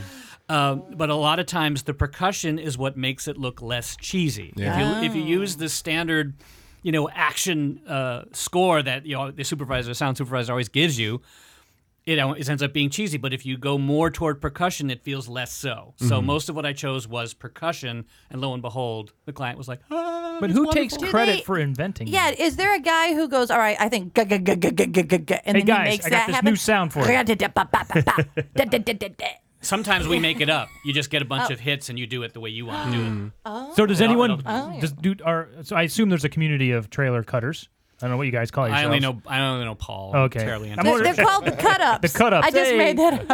Um, but a lot of times the percussion is what makes it look less cheesy. Yeah. If you if you use the standard, you know, action uh, score that you know the supervisor, the sound supervisor, always gives you, it, al- it ends up being cheesy. But if you go more toward percussion, it feels less so. So Mhm. most of what I chose was percussion, and lo and behold, the client was like, ah, But it's who wonderful." takes Do credit they- for inventing? Yeah, is there a guy who goes, all right, I think, "Gah, gah, gah, gah, gah, gah, gah, gah," and Hey, then guys, he makes I got that this happen? new sound for you. Da-da-da-da-da. Sometimes we make it up. You just get a bunch Oh. of hits, and you do it the way you want to do it. Oh. So does Well, anyone? it'll- does, do are so? I assume there's a community of trailer cutters. I don't know what you guys call yourselves. I only know I only know Paul. I'm Okay. terribly I'm unfair. wondering- They're called the cut-ups. The cut ups. I just made that up.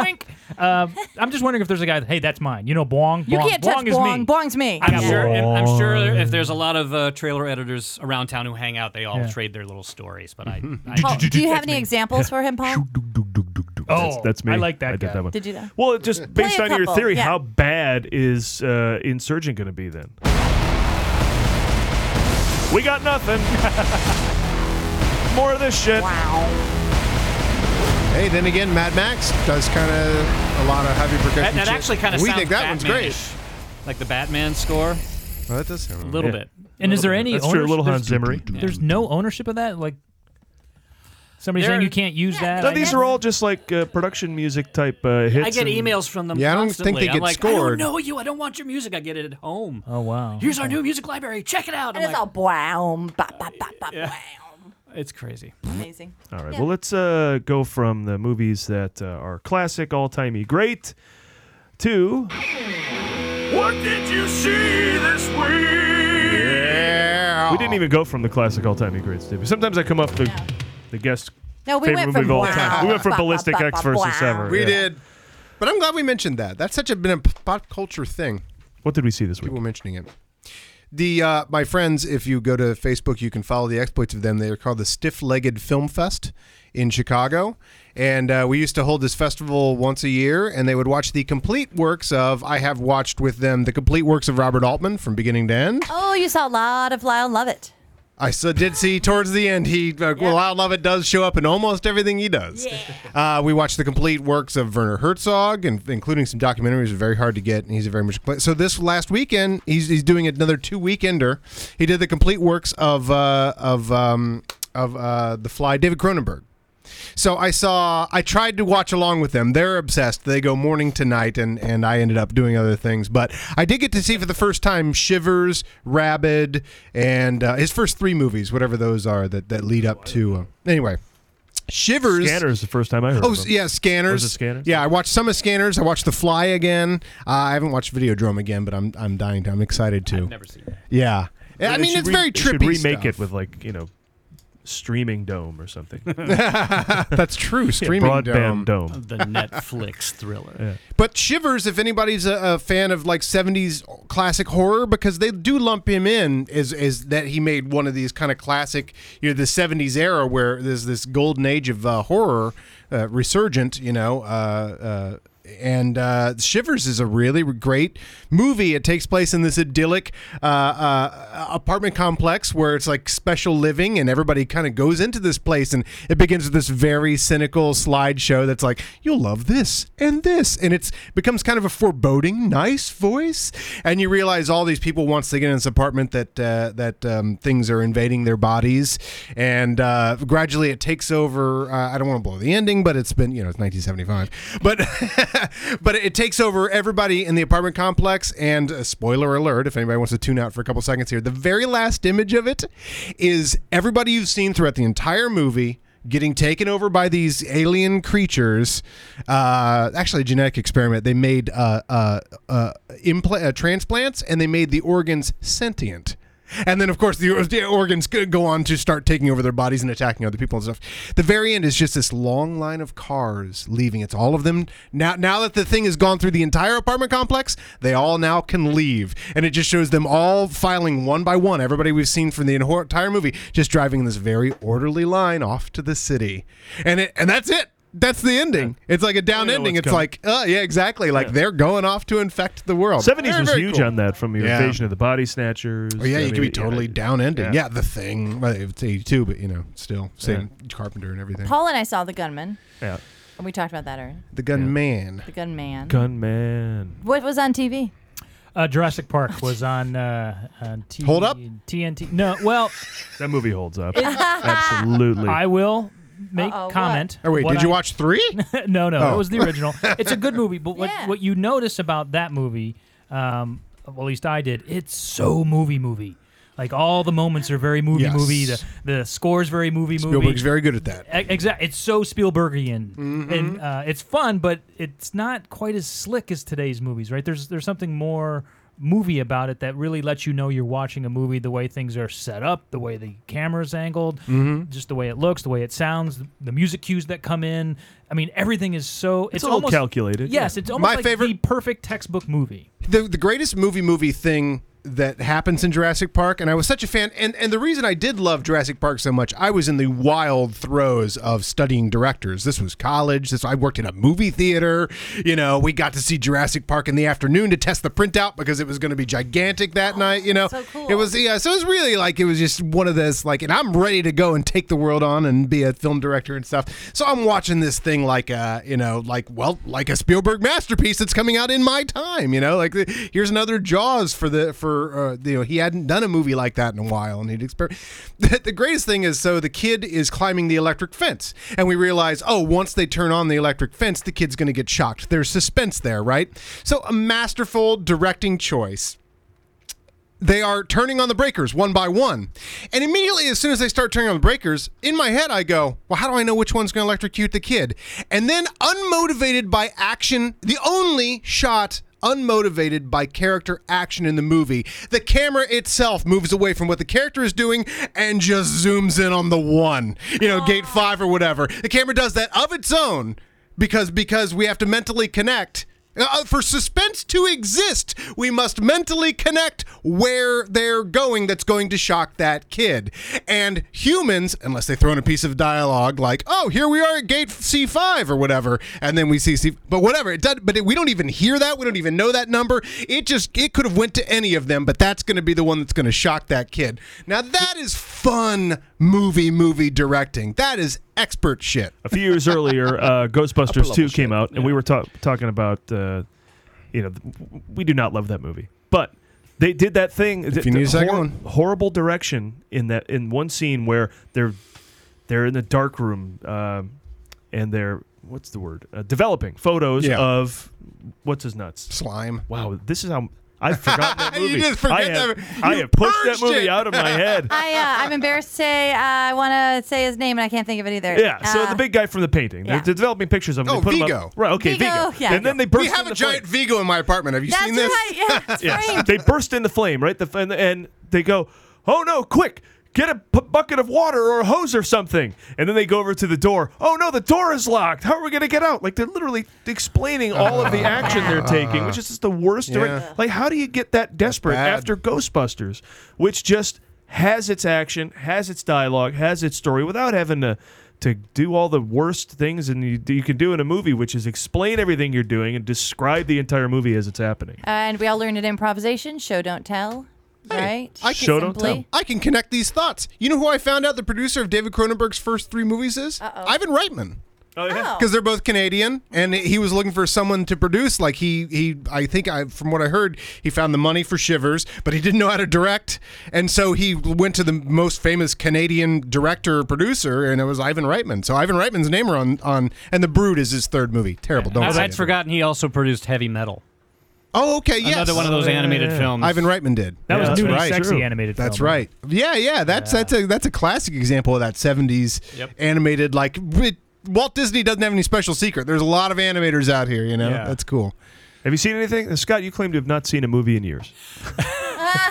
Uh, I'm just wondering if there's a guy. that, Hey, that's mine. You know, Bong. You Bong, can't Bong touch is Bong. me. Bong's me. I'm Yeah. sure. I'm, I'm sure Boy. if there's a lot of uh, trailer editors around town who hang out, they all Yeah. trade their little stories. But I, Paul, I do you have any examples for him, Paul? That's, that's me. I like that I did guy. that one. Did you know? Well, it just Play based a on your couple, theory, yeah. how bad is uh, Insurgent going to be then? We got nothing. More of this shit. Wow. Hey, then again, Mad Max does kind of a lot of heavy percussion. that, that shit. actually kind of We sounds think that one's great. Batman-ish, like the Batman score. Well, that does sound a little Yeah. bit. And is Little there bit. any? That's ownership? true, little Hans there's, Zimmery. There's no ownership of that. Like somebody There- saying you can't use that. No, I these guess- are all just like uh, production music type uh, hits. I and- get emails from them. Yeah, I don't think constantly. they get I'm like, scored. I don't know you. I don't want your music. I get it at home. Oh wow. Here's our new music library. Check it out. And I'm it's like, all wow, ba, ba, ba, ba, Yeah. wow. it's crazy. Amazing. All right. Yeah. Well, let's uh, go from the movies that uh, are classic, all timey great, to What did you see this week? Yeah. we didn't even go from the classic, all timey greats. Did we? Sometimes I come up the the guest. No, we favorite went movie from of all wow, time. We went from ba, ba, Ballistic ba, X ba, versus wow. Ever. We yeah. did. But I'm glad we mentioned that. That's such a been a pop culture thing. What did we see this week? People mentioning it. The uh, my friends, if you go to Facebook, you can follow the exploits of them. They are called the Stiff Legged Film Fest in Chicago, and uh, we used to hold this festival once a year. And they would watch the complete works of. I have watched with them the complete works of Robert Altman from beginning to end. Oh, you saw a lot of Lyle Lovett. I so did see towards the end he uh, well, Lyle Lovett does show up in almost everything he does. Uh, we watched the complete works of Werner Herzog, and including some documentaries. Are very hard to get, and he's a very much. So this last weekend, he's, he's doing another two weekender. He did the complete works of uh, of um, of uh, the Fly, David Cronenberg. So I saw. I tried to watch along with them. They're obsessed. They go morning to night, and and I ended up doing other things. But I did get to see for the first time Shivers, Rabid, and uh, his first three movies, whatever those are that that lead up to. Uh, anyway, Shivers. Scanner is the first time I heard. Oh of them. yeah, scanners. Was it Scanners? Yeah, I watched some of Scanners. I watched The Fly again. Uh, I haven't watched Videodrome again, but I'm I'm dying to. I'm excited to. I've never seen that. Yeah, Yeah, I They mean should it's re- very they trippy. Should remake stuff. it with like you know, streaming dome or something. That's true. Yeah, Streaming um, broadband dome. The Netflix thriller. But Shivers, if anybody's a, a fan of like '70s classic horror, because they do lump him in as is that he made one of these kind of classic, you know, the '70s era where there's this golden age of uh, horror uh, resurgent, you know. Uh, uh, and uh, Shivers is a really great movie. It takes place in this idyllic uh, uh, apartment complex where it's like special living, and everybody kind of goes into this place, and it begins with this very cynical slideshow that's like, "You'll love this and this," and it's becomes kind of a foreboding, nice voice, and you realize all these people once they get in this apartment that uh, that um, things are invading their bodies, and uh, gradually it takes over. Uh, I don't want to blow the ending, but it's been you know it's 1975, but but it takes over everybody in the apartment complex. And uh, spoiler alert, if anybody wants to tune out for a couple seconds here, the very last image of it is everybody you've seen throughout the entire movie getting taken over by these alien creatures. Uh, actually, a genetic experiment. They made uh, uh, uh, implant uh, transplants, and they made the organs sentient. And then, of course, the, the organs go- go on to start taking over their bodies and attacking other people and stuff. The very end is just this long line of cars leaving. It's all of them now. Now that the thing has gone through the entire apartment complex, they all now can leave, and it just shows them all filing one by one. Everybody we've seen from the entire movie just driving in this very orderly line off to the city, and it and that's it. that's the ending. It's like a down know ending. what's It's coming. like, uh, yeah, exactly. Like they're going off to infect the world. 70s Very, was very huge cool. on that from your Yeah. invasion of the body snatchers. Oh, yeah, I you could mean, be totally down ending. Yeah. the thing. Well, it's 82, but you know, still same Carpenter and everything. Paul and I saw The Gunman, Yeah. and we talked about that earlier. The Gunman. The Gunman. Gunman. What was on TV? Uh, Jurassic Park was on, uh, on T- Hold up? TNT. No, well, that movie holds up. It- Absolutely. I will make Uh-oh, what? comment. Oh, wait, What did you I- watch three? no, no, Oh. it was the original. it's a good movie, but what, what you notice about that movie, um, well, at least I did, it's so movie movie. Like all the moments are very movie Yes. movie. The the score's very movie movie. Spielberg's very good at that. Exactly, it's so Spielbergian, Mm-hmm. and uh, it's fun, but it's not quite as slick as today's movies, right? There's there's something more movie about it that really lets you know you're watching a movie. The way things are set up, the way the camera's angled, Mm-hmm. Mhm. just the way it looks, the way it sounds, the music cues that come in. I mean, everything is so it's, a little almost calculated. Yes, Yeah. it's almost My like favorite- the perfect textbook movie. the the greatest movie movie thing that happens in Jurassic Park, and I was such a fan. And and the reason I did love Jurassic Park so much, I was in the wild throes of studying directors. This was college. This I worked in a movie theater. You know, we got to see Jurassic Park in the afternoon to test the printout because it was going to be gigantic that night. You know, it was yeah. So it was really like it was just one of those like, and I'm ready to go and take the world on and be a film director and stuff. So I'm watching this thing like uh you know like well like a Spielberg masterpiece that's coming out in my time. You know, like the- here's another Jaws for the for uh, you know he hadn't done a movie like that in a while, and he'd exper- The, the greatest thing is so the kid is climbing the electric fence, and we realize oh once they turn on the electric fence, the kid's going to get shocked. There's suspense there, right? So a masterful directing choice they are turning on the breakers one by one. And immediately, as soon as they start turning on the breakers, in my head, I go, Well, how do I know which one's going to electrocute the kid? And then, unmotivated by action, the only shot unmotivated by character action in the movie, the camera itself moves away from what the character is doing and just zooms in on the one, you know, gate five or whatever. The camera does that of its own because because we have to mentally connect uh, for suspense to exist, we must mentally connect where they're going that's going to shock that kid. And humans, unless they throw in a piece of dialogue like, oh, here we are at gate C5 or whatever, and then we see C, but whatever, it does, but it, we don't even hear that. We don't even know that number. It just, it could have went to any of them, but that's going to be the one that's going to shock that kid. Now that is fun movie, movie directing. That is expert shit. a few years earlier, uh, Upper level Ghostbusters 2 came out, and we were ta- talking about, uh, you know, th- we do not love that movie, but they did that thing. If you need a second one. horrible direction in that in one scene where they're they're in the dark room um, and they're what's the word uh, developing photos Yeah. of what's his nuts slime. Wow, this is how. I've forgotten that You movie. just forget I have, that- I you have pushed that purged movie it. out of my head. I uh, I'm embarrassed to say uh, I want to say his name and I can't think of it either. Yeah, so Uh, the big guy from the painting. They're, yeah. they're developing pictures of him. Oh, they put Him Vigo. up, right, okay, Vigo. Vigo, yeah. And then they We burst We have into a giant Vigo in my apartment. Have you That's seen this? right. Yeah, it's Yes. framed. They burst into flame, right? The, and, and they go, oh no, quick, get a p- bucket of water or a hose or something. And then they go over to the door. Oh no, the door is locked. How are we going to get out? Like they're literally explaining all of the action they're taking, which is just the worst. direct- Yeah. Like, how do you get that desperate bad. after Ghostbusters, which just has its action, has its dialogue, has its story without having to. To do all the worst things and you, you can do in a movie, which is explain everything you're doing and describe the entire movie as it's happening. and we all learned it improvisation. Show don't tell. right. I can, Show don't tell. I can connect these thoughts. You know who I found out the producer of David Cronenberg's first three movies is? Ivan Reitman. Oh yeah. Because they're both Canadian, and he was looking for someone to produce. Like he, he, I think, I from what I heard, he found the money for Shivers, but he didn't know how to direct, and so he went to the most famous Canadian director producer, and it was Ivan Reitman. So Ivan Reitman's name are on on, and The Brood is his third movie. Terrible. Don't. I, say I'd it. forgotten he also produced Heavy Metal. Oh, okay. Yes. Another one of those animated films. Ivan Reitman did. That was That's new and right. sexy animated That's film. right. Yeah, yeah. That's that's a that's a classic example of that '70s animated. Like it- Walt Disney doesn't have any special secret. There's a lot of animators out here. You know, Yeah. that's cool. Have you seen anything? Scott, you claim to have not seen a movie in years.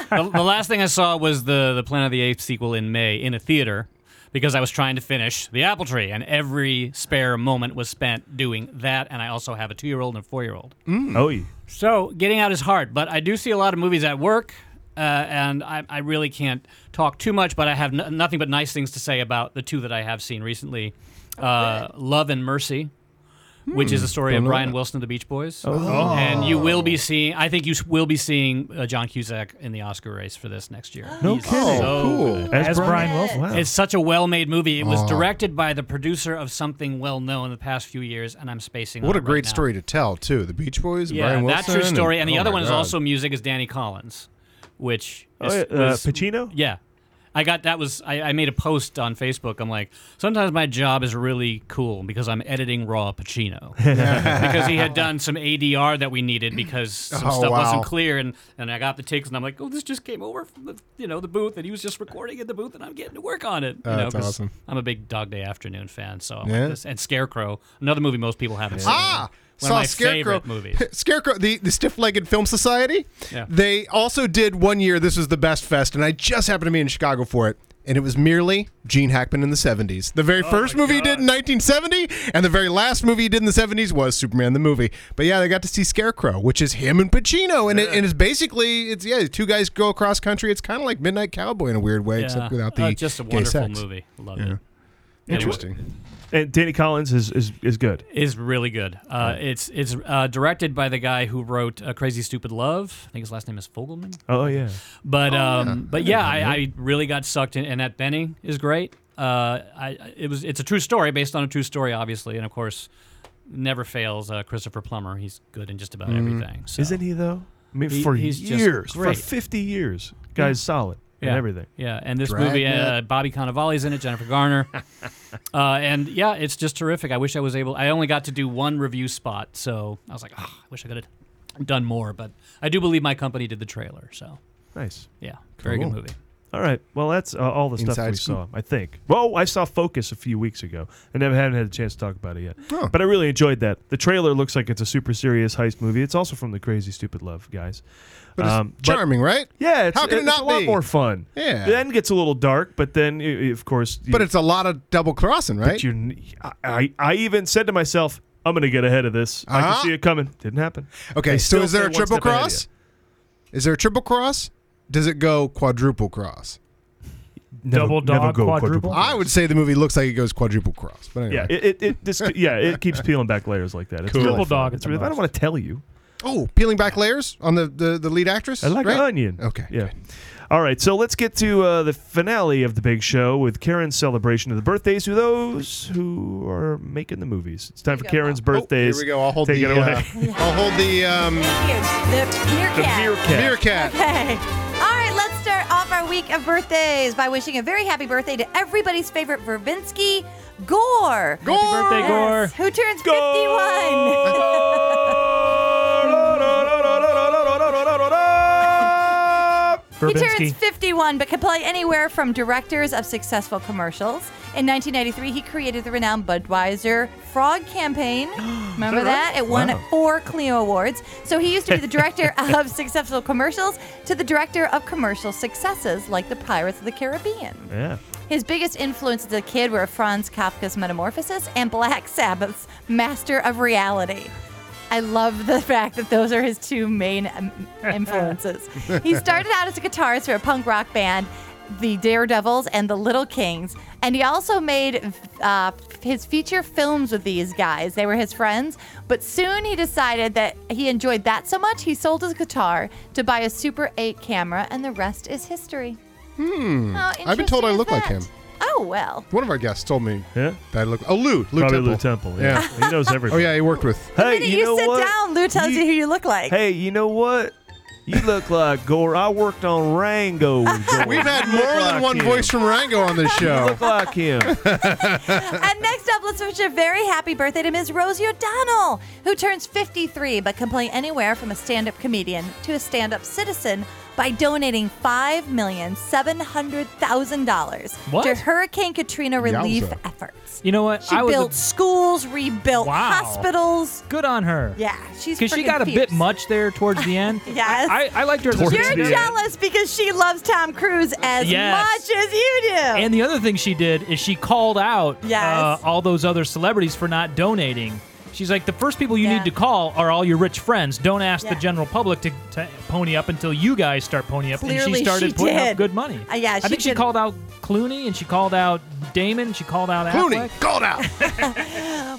the, the last thing I saw was the the Planet of the Apes sequel in May in a theater because I was trying to finish The Apple Tree, and every spare moment was spent doing that. And I also have a two year old and a four year old. Oh, yeah. So getting out is hard, but I do see a lot of movies at work, uh, and I, I really can't talk too much. But I have n- nothing but nice things to say about the two that I have seen recently. uh, Love and Mercy, which is Oh, Hmm. the story Don't of know Brian that. Wilson of the Beach Boys. Oh. And you will be seeing, I think you s- will be seeing uh, John Cusack in the Oscar race for this next year. No He's kidding. so Cool. good. As As Brian Brian Wilson. Wilson. Wow. It's such a well made movie. It was Oh. directed by the producer of something well known in the past few years, and I'm spacing on What a it great right now. story to tell, too. The Beach Boys, and Yeah, Brian Wilson. that's your story. And the oh other my one is God. also music is Danny Collins, which Oh, is, yeah, uh, was- Pacino? Yeah, I got that was I, I made a post on Facebook. I'm like, sometimes my job is really cool because I'm editing raw Pacino because he had done some ADR that we needed because some Oh, stuff wow. wasn't clear and and I got the takes and I'm like, oh, this just came over from the you know the booth and he was just recording in the booth and I'm getting to work on it. You Oh, know, that's 'cause awesome. I'm a big Dog Day Afternoon fan, so I'm Yeah. like this and Scarecrow, another movie most people haven't seen. Ah, One saw of my Scarecrow. favorite movies. Scarecrow, the, the Stiff-Legged Film Society. Yeah. They also did one year. This was the best fest, and I just happened to be in Chicago for it. And it was merely Gene Hackman in the 70s. The very Oh first movie he did in 1970, and the very last movie he did in the 70s was Superman the movie. But yeah, they got to see Scarecrow, which is him and Pacino, and, it, and it's basically it's yeah, two guys go across country. It's kind of like Midnight Cowboy in a weird way, Yeah. except without the Uh, just a gay wonderful sex. movie. Love Yeah. it. Interesting. And Danny Collins is is, is good. Is really good. Uh, it's it's uh, directed by the guy who wrote uh, Crazy Stupid Love. I think his last name is Fogelman. Oh yeah. But Oh, um, yeah. but yeah, I, I really got sucked in. Annette Benning is great. Uh, I I- it was it's a true story based on a true story, obviously, and of course, never fails. Uh, Christopher Plummer, he's good in just about Mm-hmm. Mhm. everything. So. Isn't he though? I mean, He- for he's just years, for great. fifty years, guy's Yeah. solid and yeah. everything. Yeah, and this movie, uh, Dragnet. Bobby Cannavale's in it, Jennifer Garner, uh, and yeah, it's just terrific. I wish I was able. I only got to do one review spot, so I was like, "Ah, I wish I could have done more. But I do believe my company did the trailer, so Nice. yeah, very good Cool. movie. All right. Well, that's uh, all the stuff Inside we scoop. saw. I think. Well, I saw Focus a few weeks ago, and I haven't had a chance to talk about it yet. But I really enjoyed that. The trailer looks like it's a super serious heist movie. It's also from the Crazy Stupid Love guys. Um, But it's Um, charming, right? Yeah. It's, How can it it's not a lot be? more fun? Yeah. The end gets a little dark, but then i- i- of course. But it's a lot of double crossing, right? But you, I, I, I even said to myself, I'm going to get ahead of this. I Uh-huh. can see it coming. Didn't happen. Okay, They so still is there stay a one triple step ahead of cross? Is there a triple cross? Does it go quadruple cross? Never- Double never dog, go quadruple quadruple cross. I would say the movie looks like it goes quadruple cross, but anyway. Yeah, it, it, it this yeah, it keeps peeling back layers like that. It's Cool. really Double fun. dog It's at the really, I don't most. want to tell you. Oh, peeling back layers on the the, the lead actress. Oh, I like right? onion. Okay. Yeah. All right, so let's get to uh, the finale of the big show with Karen's celebration of the birthdays to those who are making the movies. It's time for Karen's birthdays. Oh, Here we go. I'll hold Take the. it away. uh, I'll hold the. Um, The meerkat. meerkat. Meerkat. Okay. All right, let's start off our week of birthdays by wishing a very happy birthday to everybody's favorite Verbinsky, Gore. Gore. Happy birthday, Gore. Who turns 51. He turns 51, but can play anywhere from directors of successful commercials. In 1993, he created the renowned Budweiser Frog Campaign. Remember Is that that? right? It won Wow. four Clio Awards. So he used to be the director of successful commercials to the director of commercial successes, like the Pirates of the Caribbean. Yeah. His biggest influences as a kid were Franz Kafka's Metamorphosis and Black Sabbath's Master of Reality. I love the fact that those are his two main um, influences. he started out as a guitarist for a punk rock band, the Daredevils and the Little Kings, and he also made uh, his feature films with these guys. They were his friends, but soon he decided that he enjoyed that so much he sold his guitar to buy a Super 8 camera, and the rest is history. hmm. How I've been told I interesting is look like that? him. Oh well. One of our guests told me that I look. Oh, Lou. Lou Probably Temple. Lou Temple, yeah. He knows everything. Oh yeah, he worked with. Hey, you, know sit what? down, Lou tells you, who you look like. Hey, you know what? You look like Gore. I worked on Rango. with Gore. We've had You more look than like one him. voice from Rango on this You show. look like him. and next up, let's wish a very happy birthday to Ms. Rosie O'Donnell, who turns 53 but can play anywhere from a stand up comedian to a stand up citizen by donating $5,700,000 to What? Hurricane Katrina relief Yowza. efforts. You know what? She I was built a- schools, rebuilt Wow. hospitals. Good on her. Yeah, she's because she freaking got a fierce. bit much there towards the end. Yes. I, I liked her. as a You're stand-up. jealous because she loves Tom Cruise as Yes. much as you do. And the other thing she did is she called out Yes. uh, all those other celebrities for not donating. She's like, the first people you need to call are all your rich friends. Don't ask the general public to, to pony up until you guys start pony up. and Clearly she she started putting did. up good money. Uh, yeah, I she think she did. called out Clooney and she called out Damon. and She called out Clooney, Affleck. called out.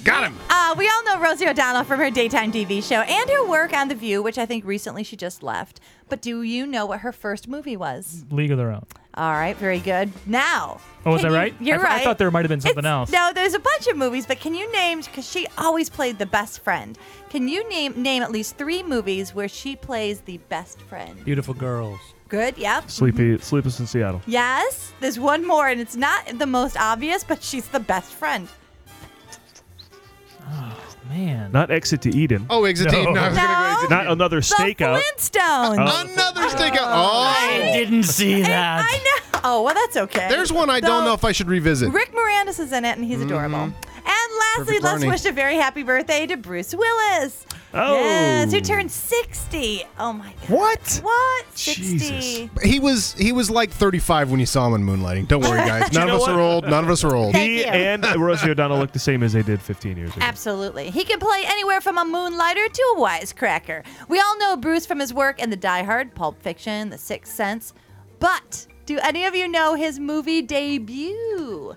Got him. Uh, we all know Rosie O'Donnell from her daytime TV show and her work on The View, which I think recently she just left. But do you know what her first movie was? League of Their Own. All right, very good. Now. Oh, was can that you- right? You're I, th- right. I thought there might have been something else. No, there's a bunch of movies, but can you name? Because she always played the best friend. Can you name name at least three movies where she plays the best friend? Beautiful girls. Good. Yep. Sleepy, sleepless in Seattle. Yes. There's one more, and it's not the most obvious, but she's the best friend. Man. Not exit to Eden. Oh, Exit to Eden. I was gonna go No. Exit to Not another stakeout. Flintstones. Oh. Another stakeout. Oh, I didn't see that. I know. Oh, well, that's okay. There's one I don't Though know if I should revisit. Rick Moranis is in it, and he's adorable. And lastly, Mm-hmm. Perfect let's Barney. wish a very happy birthday to Bruce Willis. Oh. Yes, who turned 60. Oh, my God. What? What? 60. He was he was like 35 when you saw him in Moonlighting. Don't worry, guys. You None know of us what? are old. None of us are old. He and Rosie O'Donnell look the same as they did 15 years ago. Absolutely. He can play anywhere from a moonlighter to a wisecracker. We all know Bruce from his work in The Die Hard, Pulp Fiction, The Sixth Sense. But do any of you know his movie debut?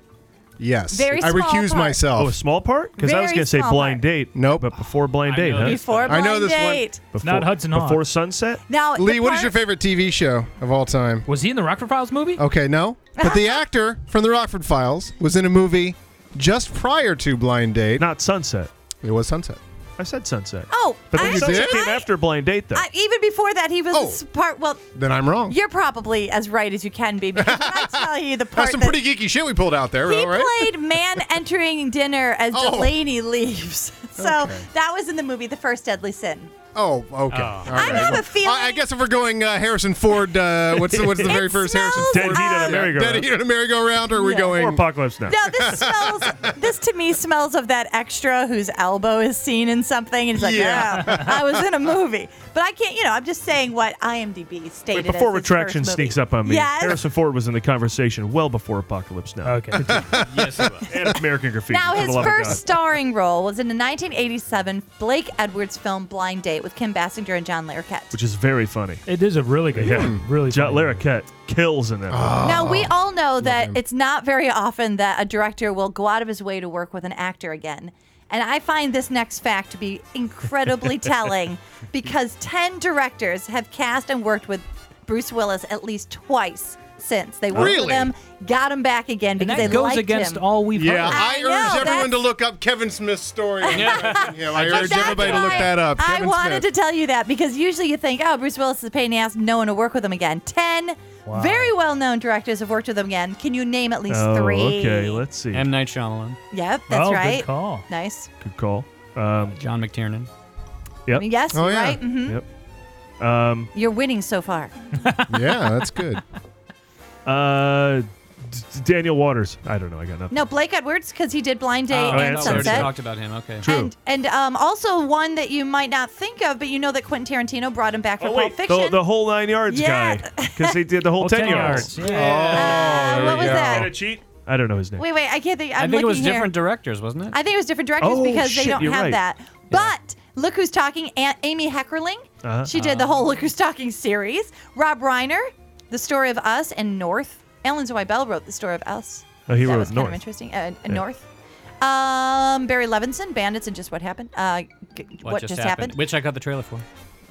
Yes. Very I small recuse part. myself. Oh, a small part? Because I was Very going to say small blind date. Nope. But before blind date, huh? Before I know Blind this one. Date. Not Hudson Hawk. Before sunset? Now, Lee, the what part- is your favorite TV show of all time? Was he in the Rockford Files movie? Okay, no. But the actor from the Rockford Files was in a movie just prior to Blind Date. Not Sunset. It was Sunset. I said sunset. Oh, But I then sunset actually- came after blind date, though. I- even before that, he was Oh. a s- part. Well, Then I'm wrong. you're probably as right as you can be because when I tell you the part That's some that pretty geeky shit we pulled out there, he all right? played man entering dinner as Oh. Delaney leaves. So Okay. that was in the movie The First Deadly Sin. Oh, okay. All Ah. right. have a feeling- I, I guess if we're going uh, Harrison Ford, uh, what's the, what's the It very first Harrison smells Ford? Dead Heat on a Yeah, merry-go-round. Dead Heat on a merry-go-round, or are we Yeah. going? Or Apocalypse Now. No, this smells. This to me smells of that extra whose elbow is seen in something, and he's like, Yeah. "Yeah, I was in a movie." But I can't. You know, I'm just saying what IMDb stated. as before his first retraction movie. sneaks up on me, Yes. Harrison Ford was in the conversation well before Apocalypse Now. Okay. yes, And American Graffiti. Now, for the his love of first God. starring role was in the 1987 Blake Edwards film Blind Date with Kim Bassinger and John Larroquette. Which is very funny. It is a really good yeah. one. Hmm, Really John Larroquette kills in that. Now, we all know that it's not very often that a director will go out of his way to work with an actor again. And I find this next fact to be incredibly telling because 10 directors have cast and worked with Bruce Willis at least twice since. They worked Really? with him, got him back again because that they goes liked against him. all we've Yeah, heard. I, I know, urge everyone that's- to look up Kevin Smith's story. on Him. I But urge that's everybody to look why that up. I Kevin wanted Smith. to tell you that because usually you think, oh, Bruce Willis is a pain in the ass, no one will work with him again. Ten Wow. very well known directors have worked with him again. Can you name at least three? Oh, okay. Let's see. M. Night Shyamalan. Yep, that's Oh, good right. call. Nice. Good call. Um, John McTiernan. Yep. Yes, Oh, yeah. right, mhm. Yep. Um, You're winning so far. yeah, that's good. Uh, D- D- Daniel Waters. I don't know. I got nothing. No, Blake Edwards, because he did Blind Date Oh, and yeah, We already Sunset. talked about him. Okay. True. And um, also one that you might not think of, but you know that Quentin Tarantino brought him back for Oh, Pulp wait, Fiction. the, the whole nine yards Yeah. guy, because he did the Oh, whole ten, yards. Uh, what was that? Gonna cheat? Oh. I don't know his name. Wait, wait, I can't think. I'm I think it was looking here. different directors, wasn't it? I think it was different directors Oh, because shit, they don't you're have right. that. But look who's talking, Aunt Amy Heckerling. Uh-huh. She did the whole Look Who's Talking series. Rob Reiner, The Story of Us, and North. Alan Zoy Bell wrote The Story of Us. Oh, he that wrote was kind North. of interesting. Uh, Yeah. North. Um, Barry Levinson, Bandits and Just What Happened. Uh, g- what, just, happened? Which I got the trailer for.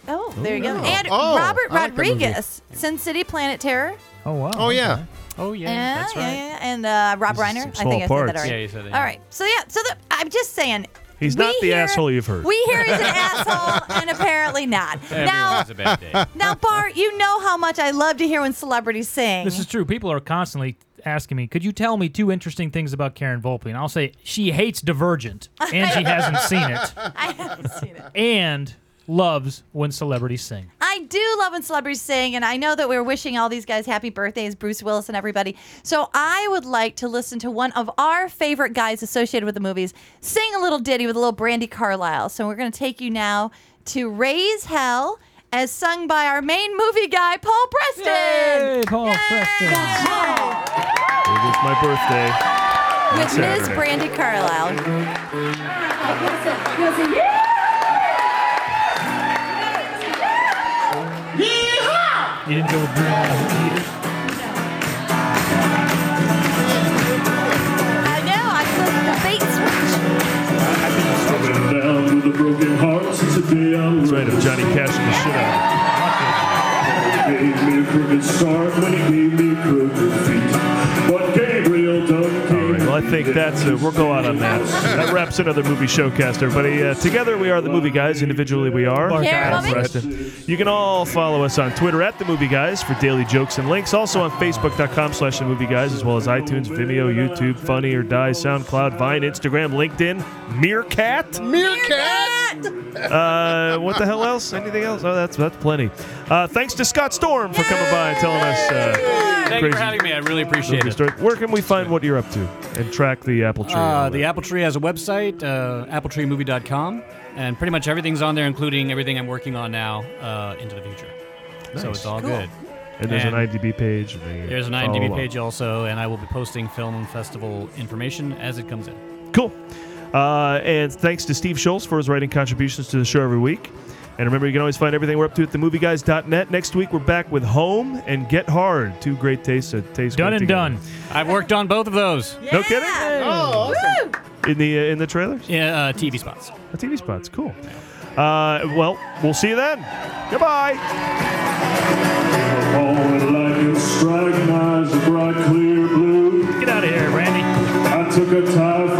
Oh, there you go. Oh. And Oh, Robert I like that movie. Rodriguez, Sin City, Planet Terror. Oh wow. Oh yeah. Oh yeah. that's yeah, right. yeah, and uh, Rob Reiner. I small think I said that parts. already. Yeah, you said it, All yeah. right. So yeah. So the, I'm just saying. He's we not the here- asshole you've heard. We hear he's an asshole, and apparently not. Now, Everyone's a bad day. now, Bart, you know how much I love to hear when celebrities sing. This is true. People are constantly asking me, "Could you tell me two interesting things about Karen Volpe?" And I'll say, "She hates Divergent, and she hasn't seen it, I haven't seen it. and loves when celebrities sing." I do love when celebrities sing, and I know that we're wishing all these guys happy birthdays, Bruce Willis and everybody. So I would like to listen to one of our favorite guys associated with the movies sing a little ditty with a little Brandy Carlisle. So we're going to take you now to Raise Hell, as sung by our main movie guy, Paul Preston. Paul Preston. It is my birthday. with Ms. Saturday. Brandy Carlisle. You didn't go with Bruno. I know, I flipped the down with bait switch. a broken heart since the day I was right of Johnny Cash and the shit out He gave me a crooked start when he gave me crooked feet. But Gabriel done All right, well, I think that's it. We'll go out on that. That wraps another movie showcast, everybody. Uh, together we are the movie guys. Individually we are. Mark Karen Adam Bobby. Preston. You can all follow us on Twitter at the Movie Guys for daily jokes and links. Also on Facebook.com slash the Movie Guys, as well as iTunes, Vimeo, YouTube, Funny or Die, SoundCloud, Vine, Instagram, LinkedIn, Meerkat. Meerkat! Uh, what the hell else? Anything else? Oh, that's that's plenty. Uh, thanks to Scott Storm for coming by and telling us. Uh, Thank you crazy for having me. I really appreciate movie it. story. Where can we find what you're up to and track the apple tree? Uh, the Apple Tree has a website, uh, appletreemovie.com, and pretty much everything's on there, including everything I'm working on now uh, into the future. So Nice. it's all Cool. good. and there's an IMDb page. and they There's an follow IMDb along. page also, and I will be posting film festival information as it comes in. Cool. Uh, and thanks to Steve Schultz for his writing contributions to the show every week. And remember, you can always find everything we're up to at themovieguys.net. Next week, we're back with Home and Get Hard. Two great tastes that taste Done good and together. done. I've worked on both of those. No kidding. Oh, awesome. In the uh, in the trailers. Yeah, uh, TV spots. The TV spots. Cool. Uh, well, we'll see you then. Goodbye. Oh, and lightning strike my eyes a bright clear blue. Get out of here, Randy. I took a tie